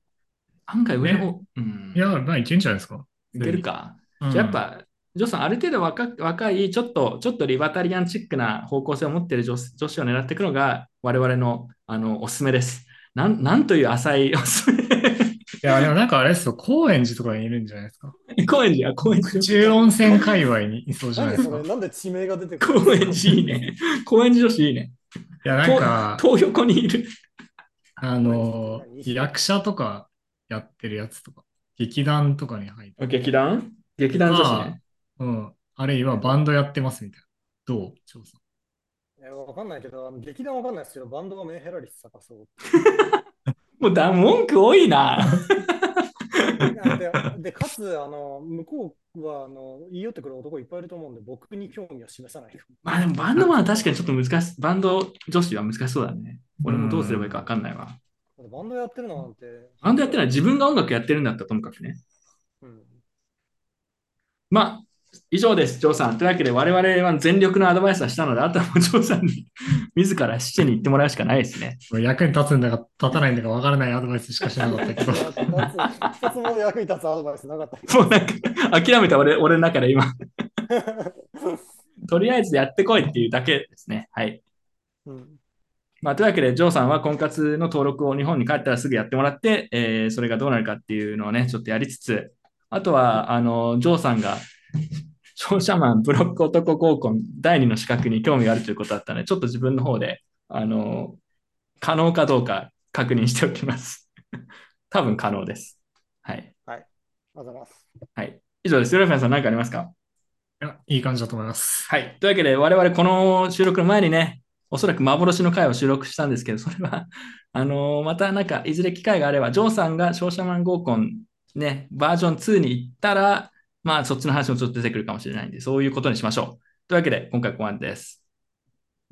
S1: 案外上の方、うん、
S3: いや、まあ、いけんじゃないですか。
S1: いけるか。
S3: うん
S1: じゃあやっ、ぱ、ジョーさん、ある程度若若い、ちょっと、ちょっとリバタリアンチックな方向性を持っている女子女子を狙っていくのが、我々の、あの、おすすめです。なん、なんという浅いお すすめ。
S3: いや、でもなんかあれですよ、高円寺とかにいるんじゃないですか。
S1: 高円寺や、高円寺。
S3: 中温泉界隈にいそうじゃ
S2: な
S3: なん
S2: で
S3: いで
S2: そ
S3: すか。
S2: れ、
S3: い
S2: なんで地名が出てくる
S1: 高円寺いいね。高円寺女子いいね。
S3: や、なんか、
S1: 東横にいる。
S3: あの
S2: 高円、寺
S3: 役者とかやってるやつとか、劇団とかに入って、
S1: 劇団劇団女子ね。
S3: うん、あるいはバンドやってますみたいな。どう調査。
S2: いやわかんないけど、あの劇団わかんないですけど、バンドはメンヘラ率高そう。
S1: もうだ、文句多いな。
S2: で、でかつ、あの、向こうは、あの、言い寄ってくる男いっぱいいると思うんで、僕に興味を示さない。
S1: まあでもバンドマンは確かにちょっと難しい。バンド女子は難しそうだね。俺もどうすればいいか分かんないわ。
S2: バンドやってるのなんて。
S1: バンドやってない自分が音楽やってるんだったらともかくね。
S2: うん。
S1: まあ、以上です、ジョーさん。というわけで、我々は全力のアドバイスはしたので、あとはもうジョーさんに 自ら死地に行ってもらうしかないですね。
S3: 役に立つんだか立たないんだかわからないアドバイスしかしなかった けど。
S2: 一つも役に立つアドバイスなかった。
S1: もうなんか、諦めた俺俺の中で 今、とりあえずやってこいっていうだけですね。はい。
S2: うん。
S1: まあ、というわけで、ジョーさんは婚活の登録を日本に帰ったらすぐやってもらって、えーそれがどうなるかっていうのをね、ちょっとやりつつ、あとは、あの、ジョーさんが、商社マンブロック男合コン第二の資格に興味があるということだったので、ちょっと自分の方で、あの、可能かどうか確認しておきます。多分可能です。はい。
S2: ありがとうございます。
S1: はい。以上です。ヨルフェンさん何かありますか
S3: いやいい感じだと思います。
S1: はい。というわけで、我々この収録の前にね、おそらく幻の回を収録したんですけど、それは、 あのーまたなんか、いずれ機会があれば、ジョーさんが商社マン合コン、ね、バージョン2に行ったら、まあ、そっちの話もちょっと出てくるかもしれないんで、そういうことにしましょう。というわけで、今回はここまでです。